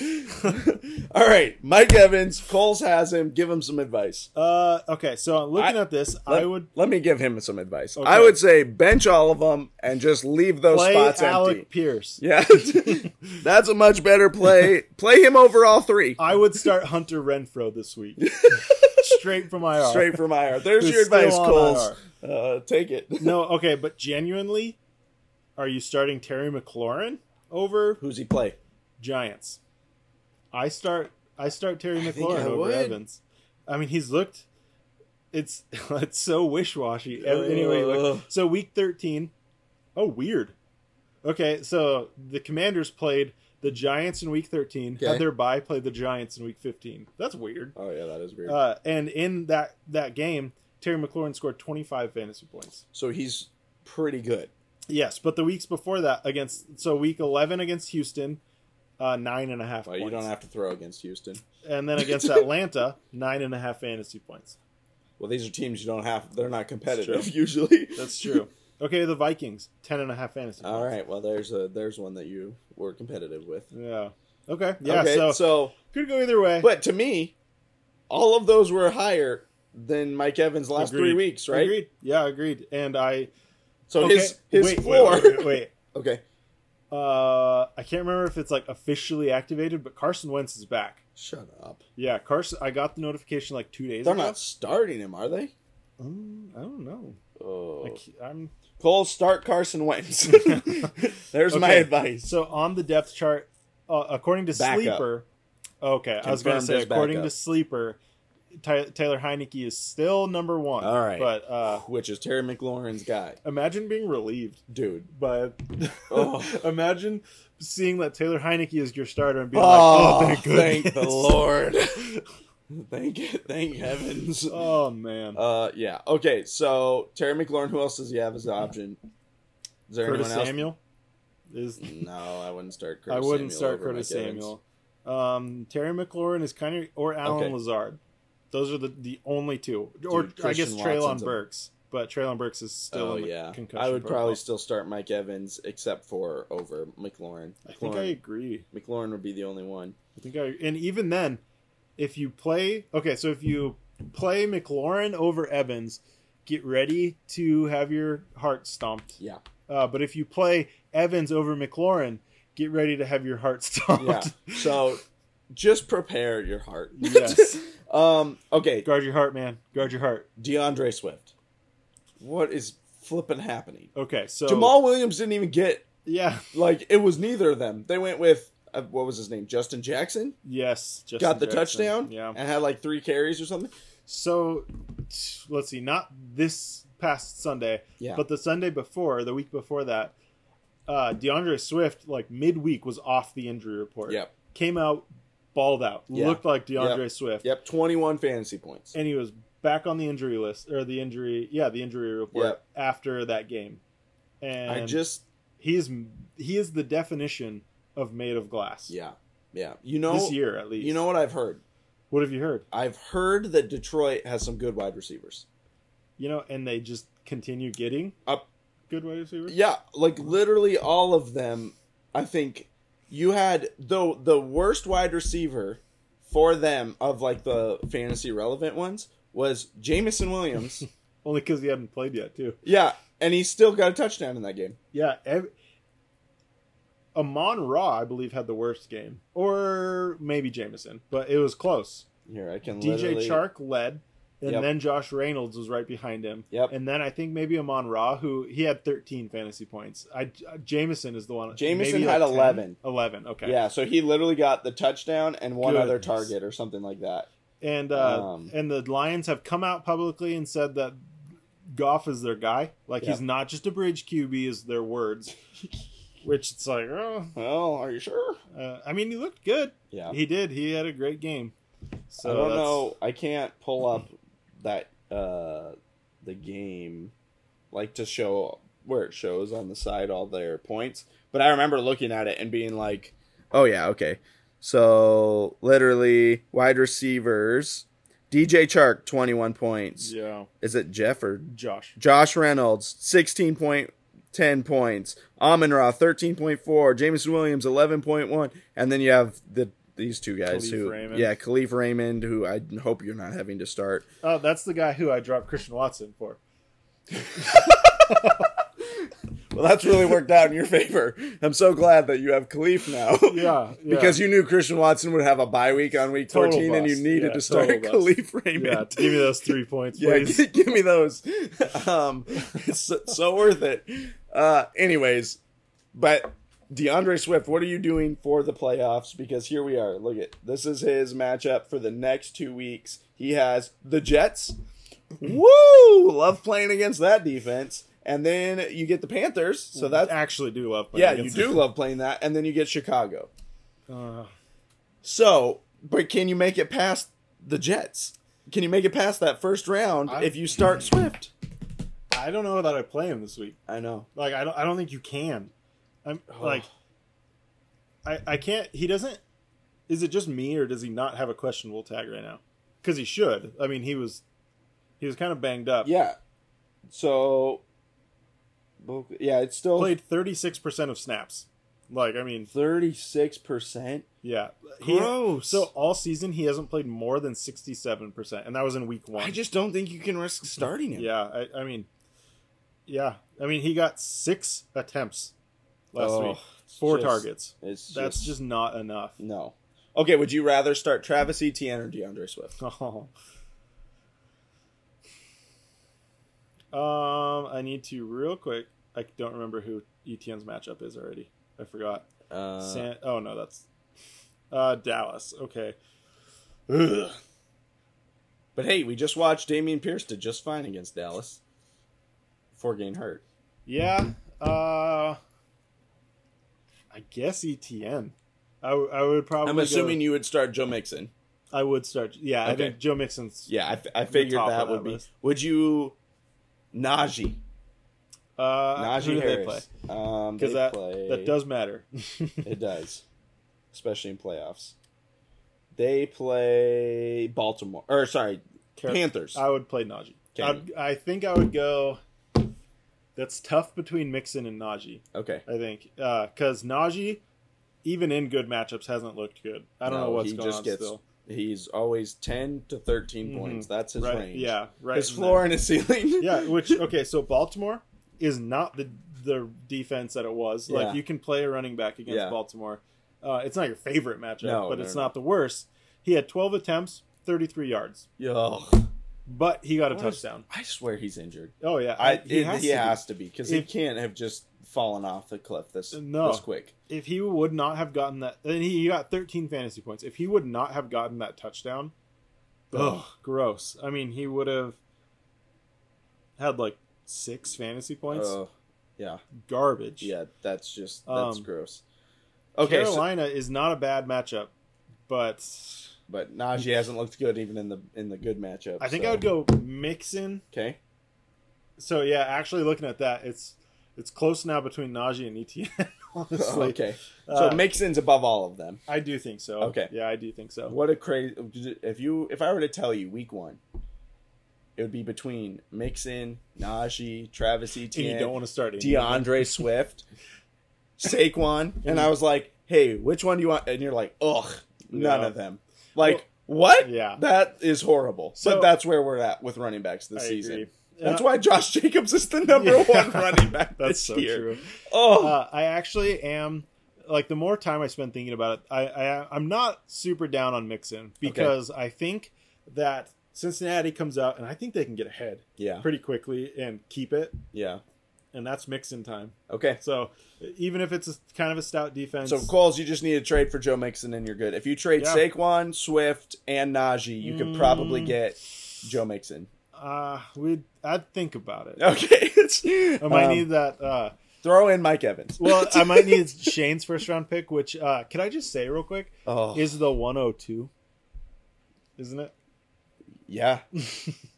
S4: All right, Mike Evans, Coles has him. Give him some advice.
S3: uh, okay. So I'm looking
S4: I-
S3: at this.
S4: Let,
S3: I would
S4: let me give him some advice.
S3: Okay.
S4: I would say bench all of them and just leave those
S3: play
S4: spots
S3: Alec
S4: empty.
S3: Pierce.
S4: Yeah, that's a much better play. Play him over all three.
S3: I would start Hunter Renfro this week, straight from IR.
S4: Straight from IR. There's
S3: Who's
S4: your advice,
S3: still on
S4: Coles. Uh, take it.
S3: No, okay, but genuinely, are you starting Terry McLaurin over
S4: Who's he play?
S3: Giants? I start I start Terry
S4: think
S3: McLaurin
S4: I
S3: over
S4: would.
S3: Evans. I mean, he's looked it's it's so wishy-washy. Ev- Anyway, look,
S4: Ugh.
S3: so week 13. Oh, weird. Okay, so the Commanders played the Giants in week 13,
S4: Okay.
S3: had their bye played the Giants in week 15. That's weird.
S4: Oh yeah, that is weird.
S3: Uh, and in that that game, Terry McLaurin scored 25 fantasy points.
S4: so he's pretty good.
S3: Yes, but the weeks before that against so week eleven against Houston, uh, nine and a half.
S4: Well,
S3: points.
S4: you don't have to throw against Houston.
S3: and then against Atlanta, nine and a half fantasy points.
S4: Well, these are teams you don't have. They're not competitive
S3: That's
S4: usually.
S3: That's true. okay, the Vikings, ten and a half fantasy.
S4: All
S3: points.
S4: right. Well, there's a there's one that you were competitive with.
S3: Yeah. Okay. Yeah.
S4: okay,
S3: so,
S4: so
S3: could go either way.
S4: but to me, all of those were higher than Mike Evans last three
S3: Agreed.
S4: weeks, right?
S3: Agreed. Yeah, agreed. And I
S4: So
S3: okay,
S4: his his
S3: wait, wait,
S4: floor.
S3: Wait, wait, wait.
S4: Okay.
S3: Uh, I can't remember if it's like officially activated, but Carson Wentz is back.
S4: Shut up.
S3: Yeah, Carson. I got the notification like two days
S4: They're
S3: ago.
S4: not starting him, are they?
S3: Um, I don't know. I
S4: Oh.
S3: ca- I'm
S4: Cole, start Carson Wentz. there's my
S3: Okay,
S4: advice.
S3: So on the depth chart, uh, according to
S4: Backup.
S3: Sleeper, okay, I was going to
S4: Confirmed
S3: say
S4: as
S3: according to
S4: backup.
S3: Sleeper, Ty- Taylor Heineke is still number one.
S4: All right.
S3: but uh,
S4: Which is Terry McLaurin's guy,
S3: imagine being relieved
S4: dude.
S3: by.
S4: Oh.
S3: imagine seeing that Taylor Heineke is your starter and being
S4: Oh,
S3: like, oh, thank goodness.
S4: thank, the Lord. thank thank heavens.
S3: Oh man,
S4: Uh, yeah. Okay, so Terry McLaurin, who else does he have as an option? Is there
S3: Curtis
S4: anyone else?
S3: Samuel is.
S4: No, I wouldn't start Curtis
S3: I wouldn't
S4: Samuel
S3: start
S4: over
S3: Curtis
S4: Mike Evans.
S3: Samuel. Um, Terry McLaurin is kind of, or Alan
S4: Okay.
S3: Lazard. Those are the, the only two. or I guess
S4: Christian
S3: Traylon
S4: Watson's a-
S3: Burks, but Traylon Burks is still
S4: Oh
S3: in the
S4: yeah,
S3: concussion.
S4: I would
S3: protocol.
S4: probably still start Mike Evans, except for over McLaurin.
S3: I think I
S4: McLaurin,
S3: agree.
S4: McLaurin would be the only one.
S3: I think I. And even then, if you play, okay, so if you play McLaurin over Evans, get ready to have your heart stomped.
S4: Yeah,
S3: Uh, but if you play Evans over McLaurin, get ready to have your heart
S4: yeah.
S3: stomped.
S4: so just prepare your heart.
S3: yes.
S4: um. Okay,
S3: Guard your heart, man. Guard your heart.
S4: DeAndre Swift. What is flipping happening?
S3: Okay, so
S4: Jamal Williams didn't even get
S3: Yeah.
S4: like it was neither of them. They went with uh, what was his name, Justin Jackson,
S3: Yes. Justin
S4: got the
S3: Jackson.
S4: touchdown,
S3: Yeah.
S4: and had like three carries or something.
S3: So t- let's see, not this past Sunday,
S4: Yeah.
S3: but the Sunday before, the week before that, uh, DeAndre Swift, like midweek, was off the injury report.
S4: Yep.
S3: Came out, balled out,
S4: Yeah.
S3: looked like DeAndre Swift,
S4: Yep, twenty-one fantasy points.
S3: and he was back on the injury list or the injury, yeah, the injury report
S4: Yep.
S3: after that game. And
S4: I just
S3: he is he is the definition of made of glass.
S4: yeah. Yeah. You know
S3: This year, at least.
S4: You know what I've heard?
S3: What have you heard?
S4: I've heard that Detroit has some good wide receivers.
S3: You know, and they just continue getting
S4: Up
S3: good wide receivers.
S4: Yeah, like literally all of them. I think you had though the worst wide receiver for them of like the fantasy relevant ones was Jamison Williams.
S3: Only because he hadn't played yet, too.
S4: yeah, and he still got a touchdown in that game.
S3: Yeah. Ev- Amon Ra, I believe, had the worst game, or maybe Jamison, but it was close.
S4: Here I can
S3: DJ
S4: literally-
S3: Chark led, and
S4: Yep.
S3: then Josh Reynolds was right behind him.
S4: Yep.
S3: And then I think maybe Amon Ra, who he had 13 fantasy points. I Jamison is the one.
S4: Jamison
S3: maybe
S4: had
S3: 10?
S4: 11.
S3: 11. Okay.
S4: Yeah, so he literally got the touchdown and one other
S3: Goodness.
S4: target or something like that.
S3: And uh,
S4: Um,
S3: and the Lions have come out publicly and said that Goff is their guy. Like
S4: Yeah.
S3: he's not just a bridge QB, is their words. Which it's like, oh,
S4: Well, are you sure?
S3: uh, I mean, he looked good.
S4: Yeah.
S3: He did. He had a great game. So
S4: I don't
S3: that's-
S4: know. I can't pull up that uh the game like to show where it shows on the side all their points, but I remember looking at it and being like, "Oh yeah, okay." So literally wide receivers, DJ Chark 21 points.
S3: Yeah,
S4: Is it Jeff or
S3: Josh.
S4: Josh Reynolds 16 point 10 points. Amon Ra 13.4, Jameson Williams 11.1, and then you have the these two guys
S3: Khalif
S4: who
S3: Raymond.
S4: yeah, Khalif Raymond who I hope you're not having to start.
S3: Oh, that's the guy who I dropped Christian Watson for.
S4: Well, that's really worked out in your favor. I'm so glad that you have Khalif now.
S3: Yeah, yeah.
S4: Because you knew Christian Watson would have a bye week on week
S3: Total
S4: 14 and you
S3: bust.
S4: needed
S3: Yeah,
S4: to start
S3: total bust.
S4: Khalif Raymond.
S3: yeah, give me those three points,
S4: Yeah,
S3: please.
S4: gi- give me those. Um, it's so, so worth it. Uh, anyways, but DeAndre Swift, what are you doing for the playoffs? Because here we are. Look at this is his matchup for the next two weeks. He has the Jets. Woo! Love playing against that defense. And then you get the Panthers.
S3: Mm-hmm.
S4: So that's
S3: actually do love. playing
S4: yeah, you
S3: against
S4: do Uh.
S3: them.
S4: love playing that, and then you get Chicago. so, but can you make it past the Jets? Can you make it past that first round
S3: I-
S4: if you start Swift?
S3: I don't know that I play him this week.
S4: I know.
S3: Like I don't I don't think you can. I'm
S4: Oh.
S3: like I I can't he doesn't is it just me or does he not have a questionable tag right now? Cuz he should. I mean, he was he was kind of banged up.
S4: Yeah. So, well, yeah, it's still
S3: Played 36% of snaps. Like, I mean,
S4: thirty-six percent.
S3: yeah. He,
S4: Gross.
S3: So all season he hasn't played more than 67% and that was in week 1.
S4: I just don't think you can risk starting him.
S3: yeah, I I mean yeah. I mean, he got 6 attempts last
S4: Oh,
S3: week. Four
S4: just-
S3: targets.
S4: it's
S3: That's
S4: just-
S3: just not enough.
S4: No. Okay, would you rather start Travis Etienne or DeAndre Swift?
S3: Oh. Um, I need to real quick. I don't remember who ETN's matchup is already. I forgot.
S4: Uh,
S3: San- oh no, that's uh Dallas. Okay. Ugh.
S4: But hey, we just watched Damian Pierce did just fine against Dallas before getting hurt.
S3: Yeah. Uh. I guess ETN. I, w- I would probably.
S4: I'm assuming you would start Joe Mixon.
S3: I would start. Yeah, I
S4: Okay.
S3: think Joe Mixon's.
S4: Yeah, I, f- I figured
S3: top
S4: that,
S3: of that
S4: would be.
S3: list.
S4: Would you Najee?
S3: Uh, who
S4: Najee
S3: do they play?
S4: Harris. Um,
S3: Because
S4: they
S3: that
S4: play,
S3: that does matter.
S4: it does, especially in playoffs. They play Baltimore, or sorry,
S3: Car-
S4: Panthers.
S3: I would play Najee.
S4: Okay.
S3: I'd- I think I would go. That's tough between Mixon and Najee.
S4: okay,
S3: I think because Najee, even in good matchups, hasn't looked good. I don't
S4: No,
S3: know what's
S4: he
S3: going
S4: just
S3: on
S4: gets-
S3: still. Mm-hmm.
S4: he's always ten to 13 points. That's his
S3: Right?
S4: range.
S3: Yeah. Right.
S4: his
S3: in
S4: floor and his ceiling.
S3: there. Yeah. Which okay. So Baltimore is not the the defense that it was.
S4: Yeah.
S3: Like you can play a running back against
S4: Yeah.
S3: Baltimore. Uh, it's not your favorite matchup,
S4: No,
S3: but
S4: no,
S3: it's
S4: no.
S3: not the worst. He had 12 attempts, 33 yards,
S4: Yo,
S3: but he got a touchdown.
S4: I swear he's injured.
S3: Oh yeah,
S4: I,
S3: he
S4: it-
S3: has
S4: he
S3: to be.
S4: has to be because he
S3: If-
S4: can't have just fallen off the cliff this
S3: No.
S4: this quick.
S3: if he would not have gotten that, then he got 13 fantasy points. If he would not have gotten that touchdown, ugh, gross. I mean, he would have had like six fantasy points.
S4: Oh, yeah,
S3: Garbage.
S4: yeah. That's just that's
S3: Um,
S4: gross. Okay, so-
S3: Carolina is not a bad matchup, but
S4: but Najee hasn't looked good even in the in the good matchup.
S3: I think
S4: so-
S3: I would go Mixon.
S4: Okay,
S3: So yeah, actually looking at that, it's it's close now between Najee and ETN. honestly.
S4: Oh, Okay. So
S3: Uh,
S4: Mixon's above all of them.
S3: I do think so.
S4: Okay.
S3: Yeah, I do think so.
S4: What a crazy! If you, if I were to tell you week one, it would be between Mixon, Najee, Travis
S3: and
S4: Etienne,
S3: you don't want to start any.
S4: DeAndre Swift, Saquon, and I was like, "Hey, which one do you want?" And you're like, "Ugh, none
S3: Yeah.
S4: of them." Like what?
S3: yeah.
S4: that is horrible.
S3: So-
S4: but that's where we're at with running backs this
S3: I
S4: season.
S3: agree.
S4: That's
S3: Uh,
S4: why Josh Jacobs is the number
S3: Yeah.
S4: one running back
S3: That's
S4: this
S3: so
S4: year.
S3: true.
S4: Oh,
S3: Uh, I actually am like the more time I spend thinking about it, I, I I'm not super down on Mixon because I think that Cincinnati comes out and I think they can get ahead
S4: yeah,
S3: pretty quickly and keep it,
S4: yeah.
S3: and that's Mixon time.
S4: Okay.
S3: So even if it's a, kind of a stout defense,
S4: So Coles, you just need to trade for Joe Mixon, and you're good. If you trade
S3: Yeah. Mm.
S4: Saquon, Swift, and Najee, you could probably get Joe Mixon.
S3: uh, we'd I'd think about it.
S4: Okay, it's,
S3: I might
S4: um,
S3: need that. Uh,
S4: throw in Mike Evans.
S3: well, I might need Shane's first round pick, which uh, can I just say real quick
S4: Oh.
S3: is the 102, isn't it?
S4: Yeah,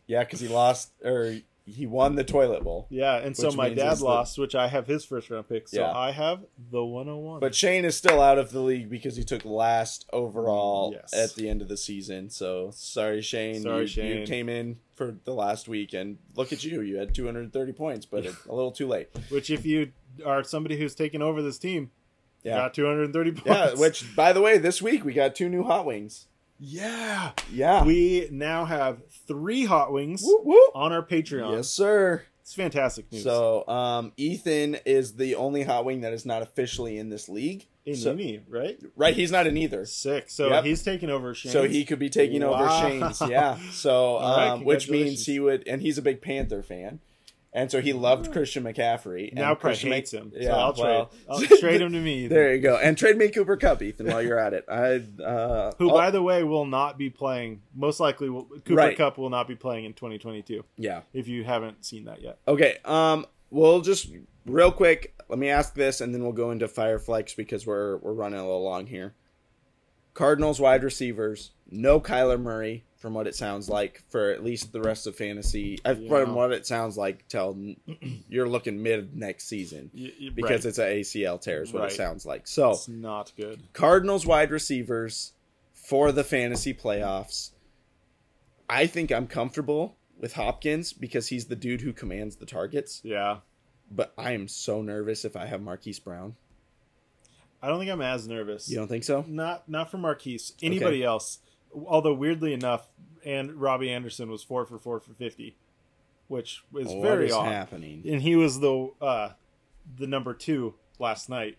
S4: yeah, because he lost or he won the toilet bowl.
S3: Yeah, and so
S4: Which
S3: my
S4: means
S3: dad
S4: it's the-
S3: lost, which I have his first round pick. So
S4: Yeah.
S3: I have the 101.
S4: But Shane is still out of the league because he took last overall
S3: Yes.
S4: at the end of the season. So sorry, Shane.
S3: Sorry,
S4: you,
S3: Shane.
S4: You came in for the last week, and look at you. You had 230 points, but a little too late.
S3: which, if you are somebody who's taken over this team,
S4: Yeah.
S3: got 230 points.
S4: Yeah, which by the way, this week we got two new hot wings.
S3: yeah,
S4: Yeah.
S3: we now have three hot wings
S4: Woo, woo.
S3: on our Patreon.
S4: Yes, sir.
S3: It's fantastic news.
S4: So, um, Ethan is the only hot wing that is not officially in this league.
S3: in
S4: So-
S3: me, right?
S4: right, he's not in either.
S3: Sick. So
S4: Yep.
S3: he's taking over Shane.
S4: So he could be taking
S3: Wow.
S4: over Shane's. Yeah. So,
S3: All right,
S4: um, which means
S3: congratulations.
S4: he would, and he's a big Panther fan. And so he loved Christian McCaffrey. And
S3: now Christian
S4: Christian
S3: hates him.
S4: Yeah,
S3: so I'll trade.
S4: well,
S3: I'll trade him to me.
S4: There you go. And trade me Cooper Cup, Ethan, while you're at it. I, uh,
S3: who,
S4: I'll-
S3: by the way, will not be playing. Most likely, will, Cooper
S4: Right.
S3: Cup will not be playing in 2022.
S4: yeah.
S3: If you haven't seen that yet,
S4: Okay. Um. We'll just real quick. Let me ask this, and then we'll go into Fireflex because we're we're running a little long here. Cardinals wide receivers, no Kyler Murray, from what it sounds like, for at least the rest of fantasy. uh,
S3: Yeah.
S4: From what it sounds like, till n- you're looking mid next season
S3: Y- y- right.
S4: because it's an ACL tear, is what
S3: Right.
S4: it sounds like. So
S3: It's not good.
S4: Cardinals wide receivers for the fantasy playoffs. I think I'm comfortable with Hopkins because he's the dude who commands the targets
S3: Yeah.
S4: but I am so nervous if I have Marquise Brown.
S3: I don't think I'm as nervous.
S4: You don't think so?
S3: Not not for Marquise. Anybody else. Although weirdly enough, and Robbie Anderson was four for four for fifty, which is
S4: What
S3: very
S4: Oh, is
S3: odd.
S4: happening?
S3: And he was the uh the number two last night.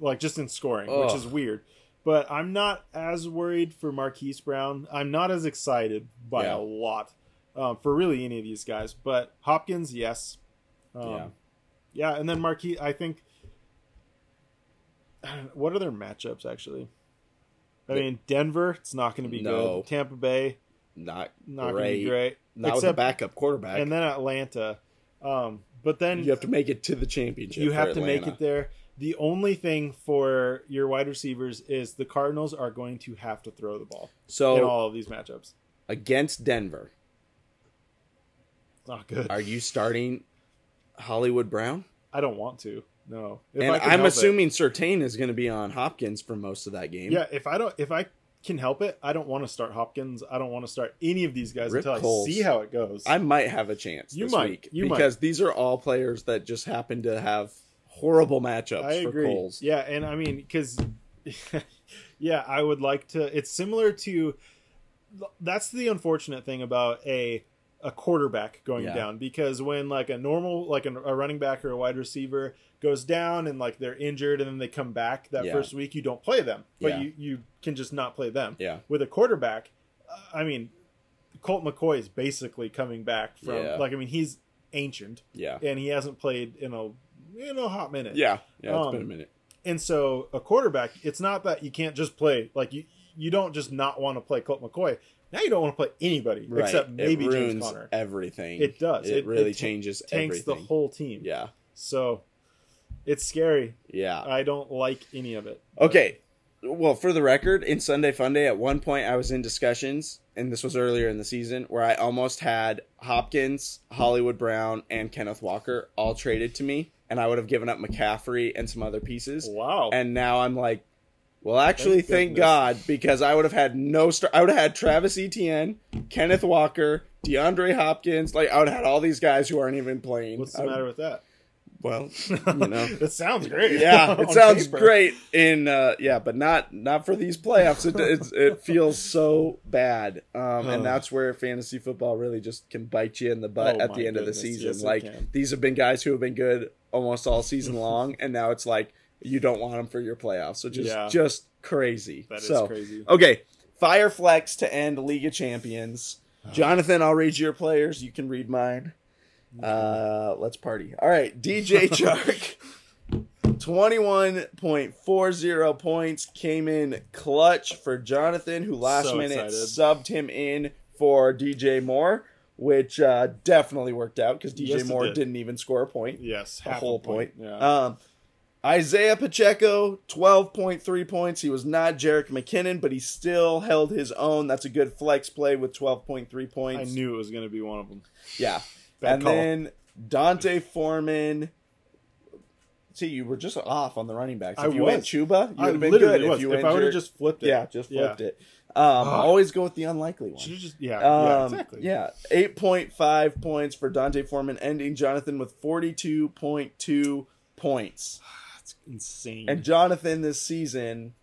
S3: Like just in scoring, which
S4: Ugh.
S3: is weird. But I'm not as worried for Marquise Brown. I'm not as excited by
S4: Yeah.
S3: a lot um, for really any of these guys. But Hopkins, yes. Um,
S4: Yeah.
S3: Yeah, and then Marquis, I think. What are their matchups actually? I mean, Denver, it's not going to be
S4: No.
S3: good. Tampa Bay,
S4: Not,
S3: not going to
S4: great.
S3: be great.
S4: Not with a backup quarterback.
S3: and then Atlanta. Um, but then
S4: you have to make it to the championship.
S3: you
S4: for
S3: have to make
S4: Atlanta.
S3: it there. The only thing for your wide receivers is the Cardinals are going to have to throw the ball in
S4: So
S3: all of these matchups.
S4: against Denver,
S3: It's not good.
S4: are you starting Hollywood Brown?
S3: I don't want to. No. If
S4: and
S3: I can
S4: I'm
S3: help it.
S4: assuming Sertain is going to be on Hopkins for most of that game.
S3: Yeah, if I don't, if I can help it, I don't want to start Hopkins. I don't want to start any of these guys
S4: Rick
S3: until
S4: Coles.
S3: I see how it goes.
S4: I might have a chance
S3: You
S4: this
S3: might.
S4: week
S3: You might.
S4: because these are all players that just happen to have horrible matchups
S3: I
S4: for Coles.
S3: Yeah, and I mean, because yeah, I would like to. It's similar to that's the unfortunate thing about a a quarterback going
S4: Yeah.
S3: down because when like a normal like an, a running back or a wide receiver goes down and like they're injured and then they come back that
S4: Yeah.
S3: first week you don't play them but
S4: Yeah.
S3: you you can just not play them
S4: Yeah.
S3: with a quarterback uh, i mean colt mccoy is basically coming back from
S4: Yeah.
S3: like i mean he's ancient
S4: Yeah.
S3: and he hasn't played in a in a hot minute
S4: Yeah. Yeah. It's
S3: Um,
S4: been a minute.
S3: and so a quarterback, it's not that you can't just play like you you don't just not want to play Colt McCoy. Now you don't want to play anybody
S4: Right.
S3: except maybe
S4: it
S3: James
S4: ruins
S3: Conner.
S4: everything.
S3: It does.
S4: It,
S3: It-
S4: really
S3: it ta-
S4: changes
S3: Tanks
S4: everything.
S3: the whole team.
S4: Yeah.
S3: So it's scary.
S4: Yeah.
S3: Uh, I don't like any of it.
S4: okay. well, for the record, in Sunday Funday, at one point I was in discussions, and this was earlier in the season, where I almost had Hopkins, Hollywood Brown, and Kenneth Walker all traded to me, and I would have given up McCaffrey and some other pieces.
S3: Wow.
S4: And now I'm like, well, actually,
S3: Thank
S4: thank,
S3: goodness.
S4: God, because I would have had no star. I would have had Travis Etienne, Kenneth Walker, DeAndre Hopkins. Like I would have had all these guys who aren't even playing.
S3: What's the
S4: I-
S3: matter with that?
S4: Well, you know.
S3: That sounds great.
S4: Yeah, it
S3: On
S4: sounds
S3: paper.
S4: great in uh yeah, but not not for these playoffs. It it's, it feels so bad. Um and that's where fantasy football really just can bite you in the butt
S3: Oh,
S4: at
S3: my
S4: the end of the
S3: goodness,
S4: season.
S3: yes, it
S4: like
S3: can.
S4: these have been guys who have been good almost all season long and now it's like you don't want them for your playoffs, which is
S3: Yeah.
S4: just crazy.
S3: That is
S4: so,
S3: crazy.
S4: Okay, Fireflex to end League of Champions. Jonathan, I'll read your players. You can read mine. Uh, let's party. All right, DJ Chark, twenty-one point four zero points came in clutch for Jonathan, who last
S3: So
S4: minute
S3: excited.
S4: subbed him in for DJ Moore, which uh, definitely worked out because DJ
S3: Yes, it
S4: Moore
S3: did.
S4: did. not even score a point
S3: Yes,
S4: a
S3: half
S4: whole
S3: a point.
S4: point.
S3: Yeah.
S4: Um, Isaiah Pacheco, 12.3 points. He was not Jarek McKinnon, but he still held his own. That's a good flex play with 12.3
S3: I
S4: points.
S3: knew it was going to be one of them.
S4: Yeah.
S3: Bad
S4: and
S3: call.
S4: then Dante Foreman. See, you were just off on the running backs. If
S3: I
S4: you went
S3: was.
S4: Chuba, you
S3: I
S4: would have been
S3: literally
S4: good.
S3: was.
S4: If, you
S3: If I would've
S4: injured-
S3: just flipped it.
S4: Yeah, just
S3: Yeah.
S4: flipped it. Um, always go with the unlikely one.
S3: Should've just- yeah, yeah,
S4: Um,
S3: exactly.
S4: Yeah, eight point five points for Dante Foreman, ending Jonathan with forty two point two points.
S3: That's insane.
S4: And Jonathan this season,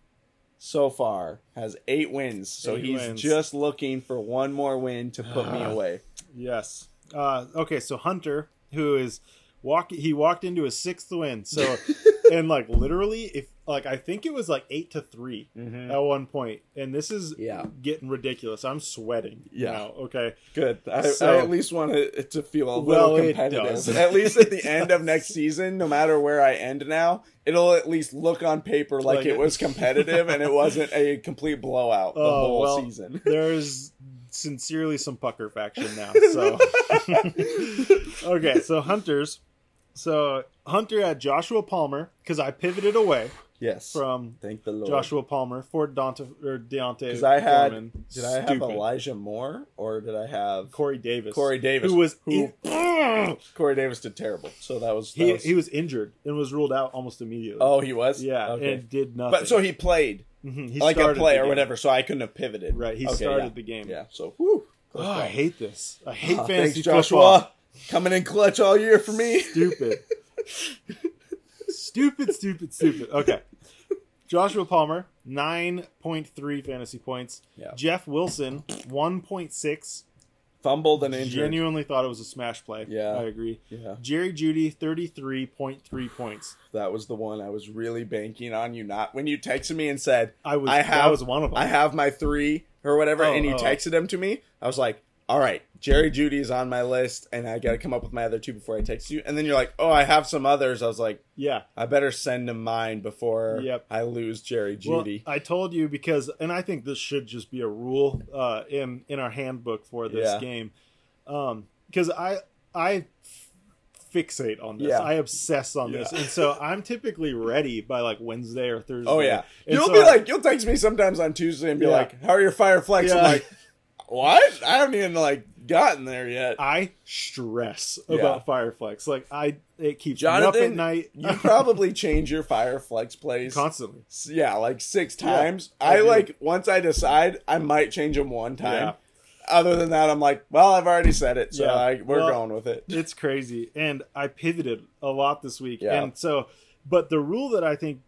S4: so far, has eight wins. So
S3: Eight
S4: he's
S3: wins.
S4: just looking for one more win to put me away.
S3: Yes. Uh, okay, so Hunter, who is walk, he walked into his sixth win. So, and like literally, if like I think it was like eight to 3 at one point, and this is
S4: Yeah.
S3: getting ridiculous. I'm sweating.
S4: Yeah.
S3: now, Okay.
S4: Good. I,
S3: So-
S4: I at least want it to feel a
S3: Well,
S4: little
S3: it does.
S4: competitive. At least at the end of next season, no matter where I end now, it'll at least look on paper like,
S3: Like it-
S4: it was competitive and it wasn't a complete blowout the
S3: Oh,
S4: whole
S3: well,
S4: season.
S3: There's sincerely some pucker faction now. So, okay, so Hunter's. So Hunter had Joshua Palmer because I pivoted away
S4: Yes.
S3: from
S4: Thank the Lord.
S3: Joshua Palmer for Dante or Deontay.
S4: Because I had
S3: Foreman.
S4: did I have
S3: Stupid.
S4: Elijah Moore or did I have
S3: Corey Davis.
S4: Corey Davis,
S3: who was
S4: who-
S3: in-
S4: Corey Davis did terrible. So that was, that
S3: he,
S4: was-
S3: he was injured and was ruled out almost immediately.
S4: oh he was
S3: yeah,
S4: okay.
S3: and did nothing.
S4: but so he played
S3: Mhm, he
S4: like a
S3: started the
S4: play or
S3: game.
S4: whatever. So I couldn't have pivoted.
S3: Right, he
S4: Okay,
S3: started
S4: yeah.
S3: the game.
S4: Yeah. So whew, close
S3: Oh, I
S4: call.
S3: hate this. I hate
S4: Ah,
S3: fantasy
S4: thanks, Joshua
S3: football.
S4: coming in clutch all year for me.
S3: Stupid. stupid. Stupid. Stupid. Okay. Joshua Palmer, nine point three fantasy points.
S4: Yeah.
S3: Jeff Wilson, one point six.
S4: Fumbled and injured.
S3: Genuinely thought it was a smash play.
S4: Yeah.
S3: I agree.
S4: Yeah,
S3: Jerry Judy, thirty three point three points.
S4: that was the one I was really banking on you not when you texted me and said
S3: I was-
S4: I
S3: that
S4: have
S3: was one of them.
S4: I have my three or whatever,
S3: Oh,
S4: and you
S3: oh.
S4: texted them to me. I was like, all right, Jerry Judy is on my list, and I got to come up with my other two before I text you. And then you're like, oh, I have some others. I was like,
S3: Yeah.
S4: I better send him mine before
S3: Yep.
S4: I lose Jerry
S3: Well, uh,
S4: Judy.
S3: I told you because, and I think this should just be a rule uh, in in our handbook for this
S4: Yeah.
S3: game, because I I f- fixate on this.
S4: Yeah.
S3: I obsess on this, and so I'm typically ready by like Wednesday or Thursday.
S4: oh yeah,
S3: And
S4: you'll
S3: so
S4: be
S3: I-
S4: like, you'll text me sometimes on Tuesday and be
S3: uh, Yeah.
S4: like, how are your fire flex?
S3: Yeah.
S4: I'm like, what? I haven't even like gotten there yet.
S3: I stress
S4: Yeah.
S3: about Fireflex. Like I, it keeps me up at night
S4: you probably change your fire flex plays
S3: constantly.
S4: S- yeah, like six
S3: Yeah,
S4: times.
S3: I
S4: I,
S3: do.
S4: like once I decide, I might change them one time.
S3: Yeah.
S4: Other than that, I'm like, well, I've already said it, so
S3: Yeah.
S4: I, we're
S3: Well,
S4: going with it.
S3: It's crazy. And I pivoted a lot this week.
S4: Yeah.
S3: And so but the rule that I think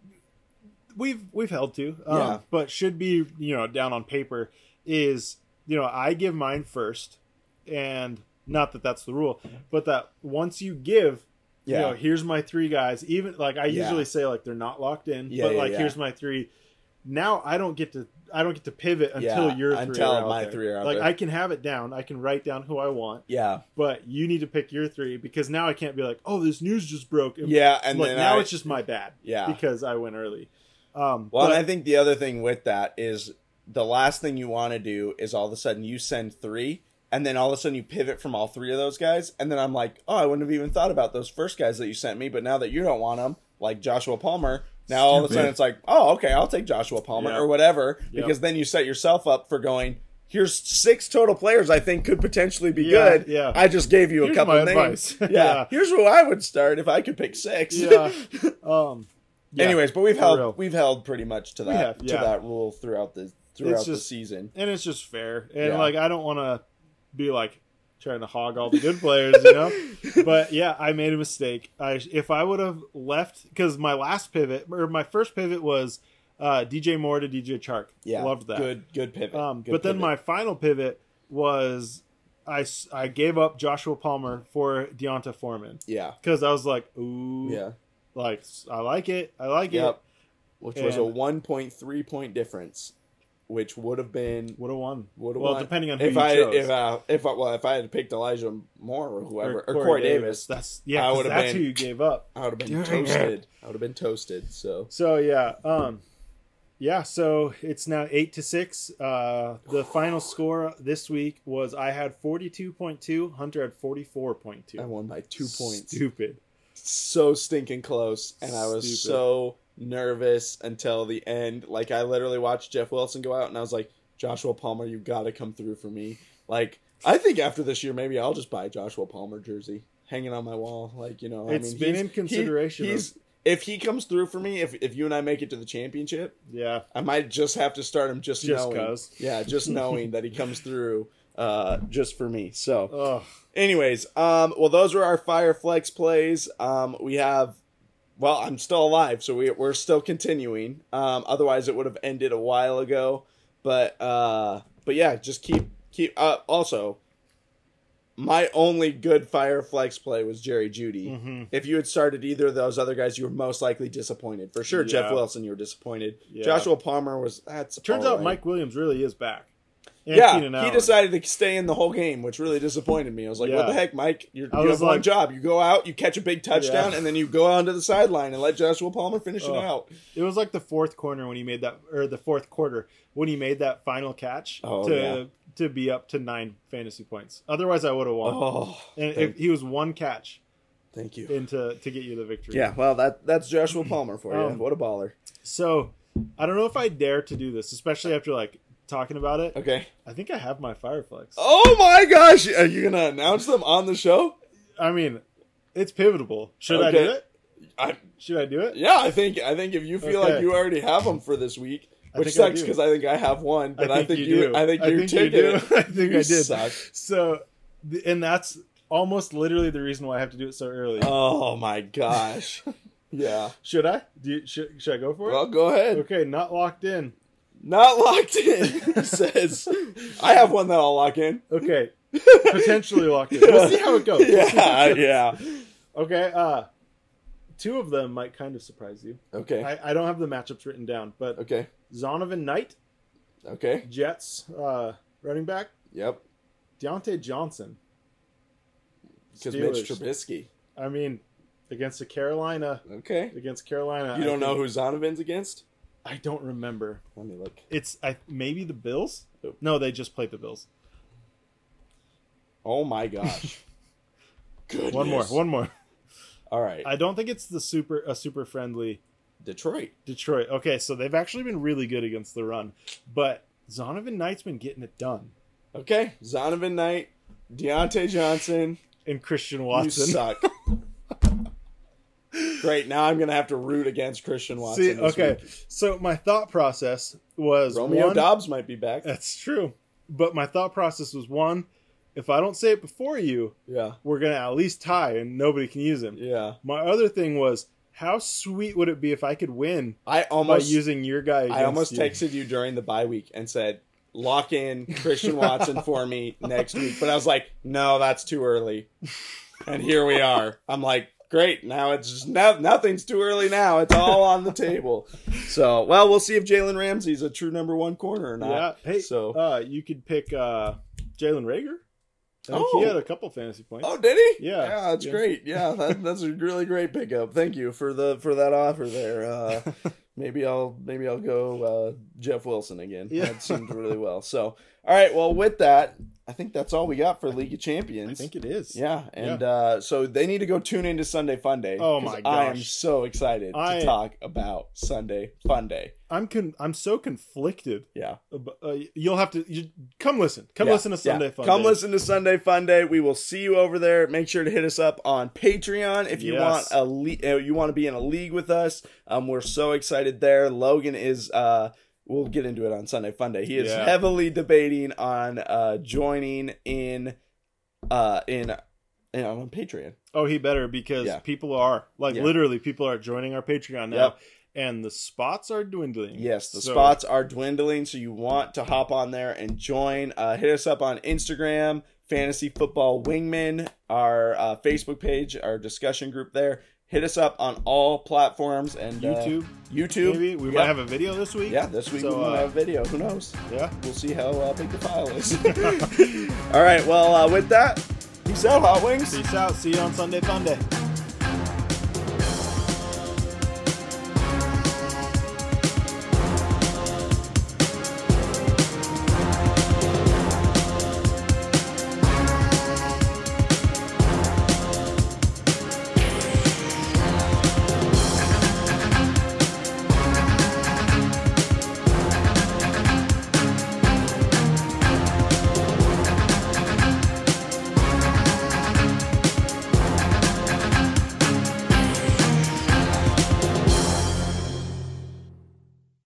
S3: we've we've held to, um,
S4: Yeah.
S3: but should be, you know, down on paper is, you know, I give mine first and not that that's the rule, but that once you give
S4: Yeah.
S3: you know, here's my three guys. Even like I
S4: Yeah.
S3: usually say, like they're not locked in,
S4: Yeah,
S3: but
S4: yeah,
S3: like
S4: yeah.
S3: here's my three. Now I don't get to I don't get to pivot until
S4: Yeah,
S3: your three
S4: until
S3: are out
S4: my
S3: there.
S4: three are out
S3: like
S4: there.
S3: I can have it down. I can write down who I want
S4: Yeah,
S3: but you need to pick your three because now I can't be like, oh, this news just broke. And
S4: yeah, and
S3: look,
S4: then
S3: now
S4: I,
S3: it's just my bad.
S4: Yeah.
S3: because I went early. Um, but
S4: Well, and I think the other thing with that is the last thing you want to do is all of a sudden you send three, and then all of a sudden you pivot from all three of those guys, and then I'm like, oh, I wouldn't have even thought about those first guys that you sent me, but now that you don't want them, like Joshua Palmer, Now all of a sudden it's like, oh, okay, I'll take Joshua Palmer
S3: Yeah.
S4: or whatever, because then you set yourself up for going. Here's six total players I think could potentially be
S3: Yeah,
S4: good.
S3: yeah.
S4: I just gave you a
S3: Here's
S4: couple
S3: my
S4: names.
S3: advice.
S4: yeah.
S3: Yeah.
S4: Here's who I would start if I could pick six.
S3: Yeah. Um, yeah.
S4: Anyways, but we've
S3: for
S4: held
S3: real.
S4: we've held pretty much to that
S3: have,
S4: to
S3: yeah.
S4: that rule throughout the throughout the
S3: just-
S4: season.
S3: and it's just fair. And
S4: Yeah.
S3: like I don't want to be like trying to hog all the good players, you know. But yeah, I made a mistake. I if I would have left because my last pivot or my first pivot was uh, DJ Moore to DJ Chark.
S4: Yeah,
S3: loved that.
S4: Good good pivot.
S3: Um,
S4: Good
S3: but then
S4: pivot.
S3: my final pivot was I, s- I gave up Joshua Palmer for Deonta Foreman
S4: yeah
S3: because I was like, ooh,
S4: yeah
S3: like s- I like it, I like
S4: yep,
S3: it.
S4: which was a
S3: And-
S4: one point three point difference, which would have been
S3: Would have won.
S4: would have
S3: well,
S4: won.
S3: depending on who
S4: if
S3: you
S4: I
S3: chose.
S4: if I if I, well if I had picked Elijah Moore or whoever or, Corey, Davis,
S3: That's yeah.
S4: I
S3: 'cause
S4: would've
S3: that's
S4: been-
S3: who you gave up.
S4: I would have been toasted. I would have been toasted. So
S3: So yeah, um, yeah. So it's now eight to six. Uh, the final score this week was I had forty two point two, Hunter had forty four point two.
S4: I won by two points.
S3: Stupid.
S4: so stinking close and I was
S3: Stupid.
S4: so nervous until the end. Like I literally watched Jeff Wilson go out and I was like, Joshua Palmer, you gotta come through for me. Like I think after this year maybe I'll just buy a Joshua Palmer jersey hanging on my wall. Like, you know, I
S3: It's
S4: mean,
S3: been
S4: he's-
S3: in
S4: he-
S3: consideration of-
S4: he's if he comes through for me, if if you and I make it to the championship,
S3: Yeah.
S4: I might just have to start him just,
S3: Just
S4: knowing.
S3: 'cause.
S4: Yeah, just knowing that he comes through uh just for me. So
S3: Ugh.
S4: Anyways, um, well, those were our fire flex plays. Um, we have, well, I'm still alive, so we, we're still continuing. Um, otherwise, it would have ended a while ago. But uh, but yeah, just keep keep. Uh, also, my only good fire flex play was Jerry Judy.
S3: Mm-hmm.
S4: If you had started either of those other guys, you were most likely disappointed. For sure, Jeff
S3: Yeah.
S4: Wilson, you were disappointed.
S3: Yeah.
S4: Joshua Palmer was that's
S3: Turns
S4: all
S3: out
S4: right.
S3: Mike Williams really is back. And Keenan
S4: Yeah, he
S3: Allen.
S4: decided to stay in the whole game, which really disappointed me. I was like, "What
S3: Yeah.
S4: the heck, Mike? You're,
S3: I
S4: you
S3: was
S4: have one
S3: like-
S4: job. You go out, you catch a big touchdown,
S3: Yeah. Oh.
S4: and then you go onto the sideline and let Joshua Palmer finish it
S3: Ugh.
S4: out."
S3: It was like the fourth corner when he made that, or the fourth quarter when he made that final catch
S4: Oh,
S3: to
S4: yeah.
S3: to be up to nine fantasy points. Otherwise, I would have won.
S4: Oh,
S3: and
S4: thank-
S3: if he was one catch
S4: thank you.
S3: into to get you the victory.
S4: Yeah, well, that that's Joshua Palmer for you.
S3: Um,
S4: what a baller.
S3: So I don't know if I dare to do this, especially after like talking about it.
S4: Okay.
S3: I think I have my Fireflex.
S4: Oh my gosh, are you gonna announce them on the show?
S3: I mean, it's pivotable. Should I
S4: Okay.
S3: do it?
S4: I,
S3: Should I do it?
S4: yeah, I think I think if you feel
S3: Okay.
S4: like you already have them for this week,
S3: I
S4: which
S3: think I
S4: sucks
S3: do.
S4: because I think I have one, but I think, you, I think you're taking
S3: do.
S4: it.
S3: I think
S4: You
S3: I did.
S4: suck.
S3: So, th- and that's almost literally the reason why I have to do it so early.
S4: Oh my gosh. yeah.
S3: should I? Do you, should, should I go for it?
S4: Well, go ahead.
S3: okay, not locked in.
S4: Not locked in says I have one that I'll lock in.
S3: Okay, potentially locked in. We'll see how it goes. We'll see how
S4: Yeah,
S3: it goes.
S4: yeah.
S3: Okay. Uh, two of them might kind of surprise you.
S4: Okay.
S3: I, I don't have the matchups written down, but
S4: Okay.
S3: Zonovan Knight,
S4: Okay.
S3: Jets uh, running back,
S4: Yep.
S3: Deontay Johnson.
S4: Because Mitch
S3: Steelers.
S4: Trubisky.
S3: I mean, against the Carolina,
S4: Okay.
S3: against Carolina.
S4: You
S3: I
S4: don't know
S3: think-
S4: who Zonovan's against?
S3: I don't remember.
S4: Let me look.
S3: It's I maybe the Bills.
S4: Who?
S3: No, they just played the Bills.
S4: Oh my gosh. Goodness.
S3: One more, one more.
S4: All right.
S3: I don't think it's the super a super friendly
S4: Detroit.
S3: Detroit. Okay, so they've actually been really good against the run, but Zonovan Knight's been getting it done.
S4: Okay. Zonovan Knight, Deontay Johnson.
S3: And Christian
S4: You
S3: Watson.
S4: suck. Great. Now I'm gonna have to root against Christian Watson.
S3: See,
S4: this
S3: okay.
S4: week.
S3: So my thought process was
S4: Romeo
S3: one,
S4: Dobbs might be back.
S3: That's true. But my thought process was one, if I don't say it before you,
S4: Yeah.
S3: we're going to at least tie and nobody can use him.
S4: Yeah.
S3: My other thing was, how sweet would it be if I could win
S4: I
S3: by
S4: almost
S3: using your guy against
S4: I almost
S3: you?
S4: texted you during the bye week and said, lock in Christian Watson for me next week. But I was like, no, that's too early. And here we are. I'm like, great. Now it's just no, nothing's too early now. It's all on the table. So, well, we'll see if Jalen Ramsey's a true number one corner or
S3: Yeah.
S4: not.
S3: Hey,
S4: So,
S3: uh, you could pick uh, Jalen Rager. I think
S4: Oh.
S3: he had a couple fantasy points.
S4: oh, did he?
S3: Yeah.
S4: Yeah, that's
S3: Yeah.
S4: great. Yeah, that, that's a really great pickup. Thank you for the for that offer there. Uh, Maybe I'll maybe I'll go uh, Jeff Wilson again. That seemed really well. So, all right. Well, with that, I think that's all we got for League of Champions.
S6: I think it is.
S4: Yeah, and Uh, so they need to go tune into Sunday Fun Day.
S3: Oh
S4: 'cause
S3: my
S4: I am
S3: gosh.
S4: so excited
S3: I-
S4: to talk about Sunday Fun Day.
S3: I'm con- I'm so conflicted.
S4: Yeah,
S3: ab- Uh, you'll have to you, come listen. Come
S4: Yeah,
S3: listen to Sunday
S4: yeah.
S3: Fun.
S4: Come
S3: Day.
S4: listen to Sunday Fun Day. We will see you over there. Make sure to hit us up on Patreon if you want
S3: Yes.
S4: a le- uh, you want to be in a league with us. Um, we're so excited there. Logan is uh, we'll get into it on Sunday Fun Day. He is
S3: Yeah.
S4: heavily debating on uh joining in, uh in, in on Patreon.
S3: Oh, he better because
S4: Yeah.
S3: people are like
S4: Yeah.
S3: literally people are joining our Patreon now, and the spots are dwindling.
S4: Yes, the
S3: So,
S4: spots are dwindling, so you want to hop on there and join. Uh, hit us up on Instagram, Fantasy Football Wingman, our uh, Facebook page, our discussion group there. Hit us up on all platforms and uh,
S3: YouTube,
S4: YouTube.
S3: Maybe we
S4: yeah.
S3: might have a video this week.
S4: Yeah, this week
S3: So,
S4: we might
S3: uh,
S4: have video. Who knows?
S3: yeah.
S4: We'll see how uh, big the file is. all right. Well, uh, with that, peace out, Hot Wings.
S3: Peace out. See you on Sunday Fun Day.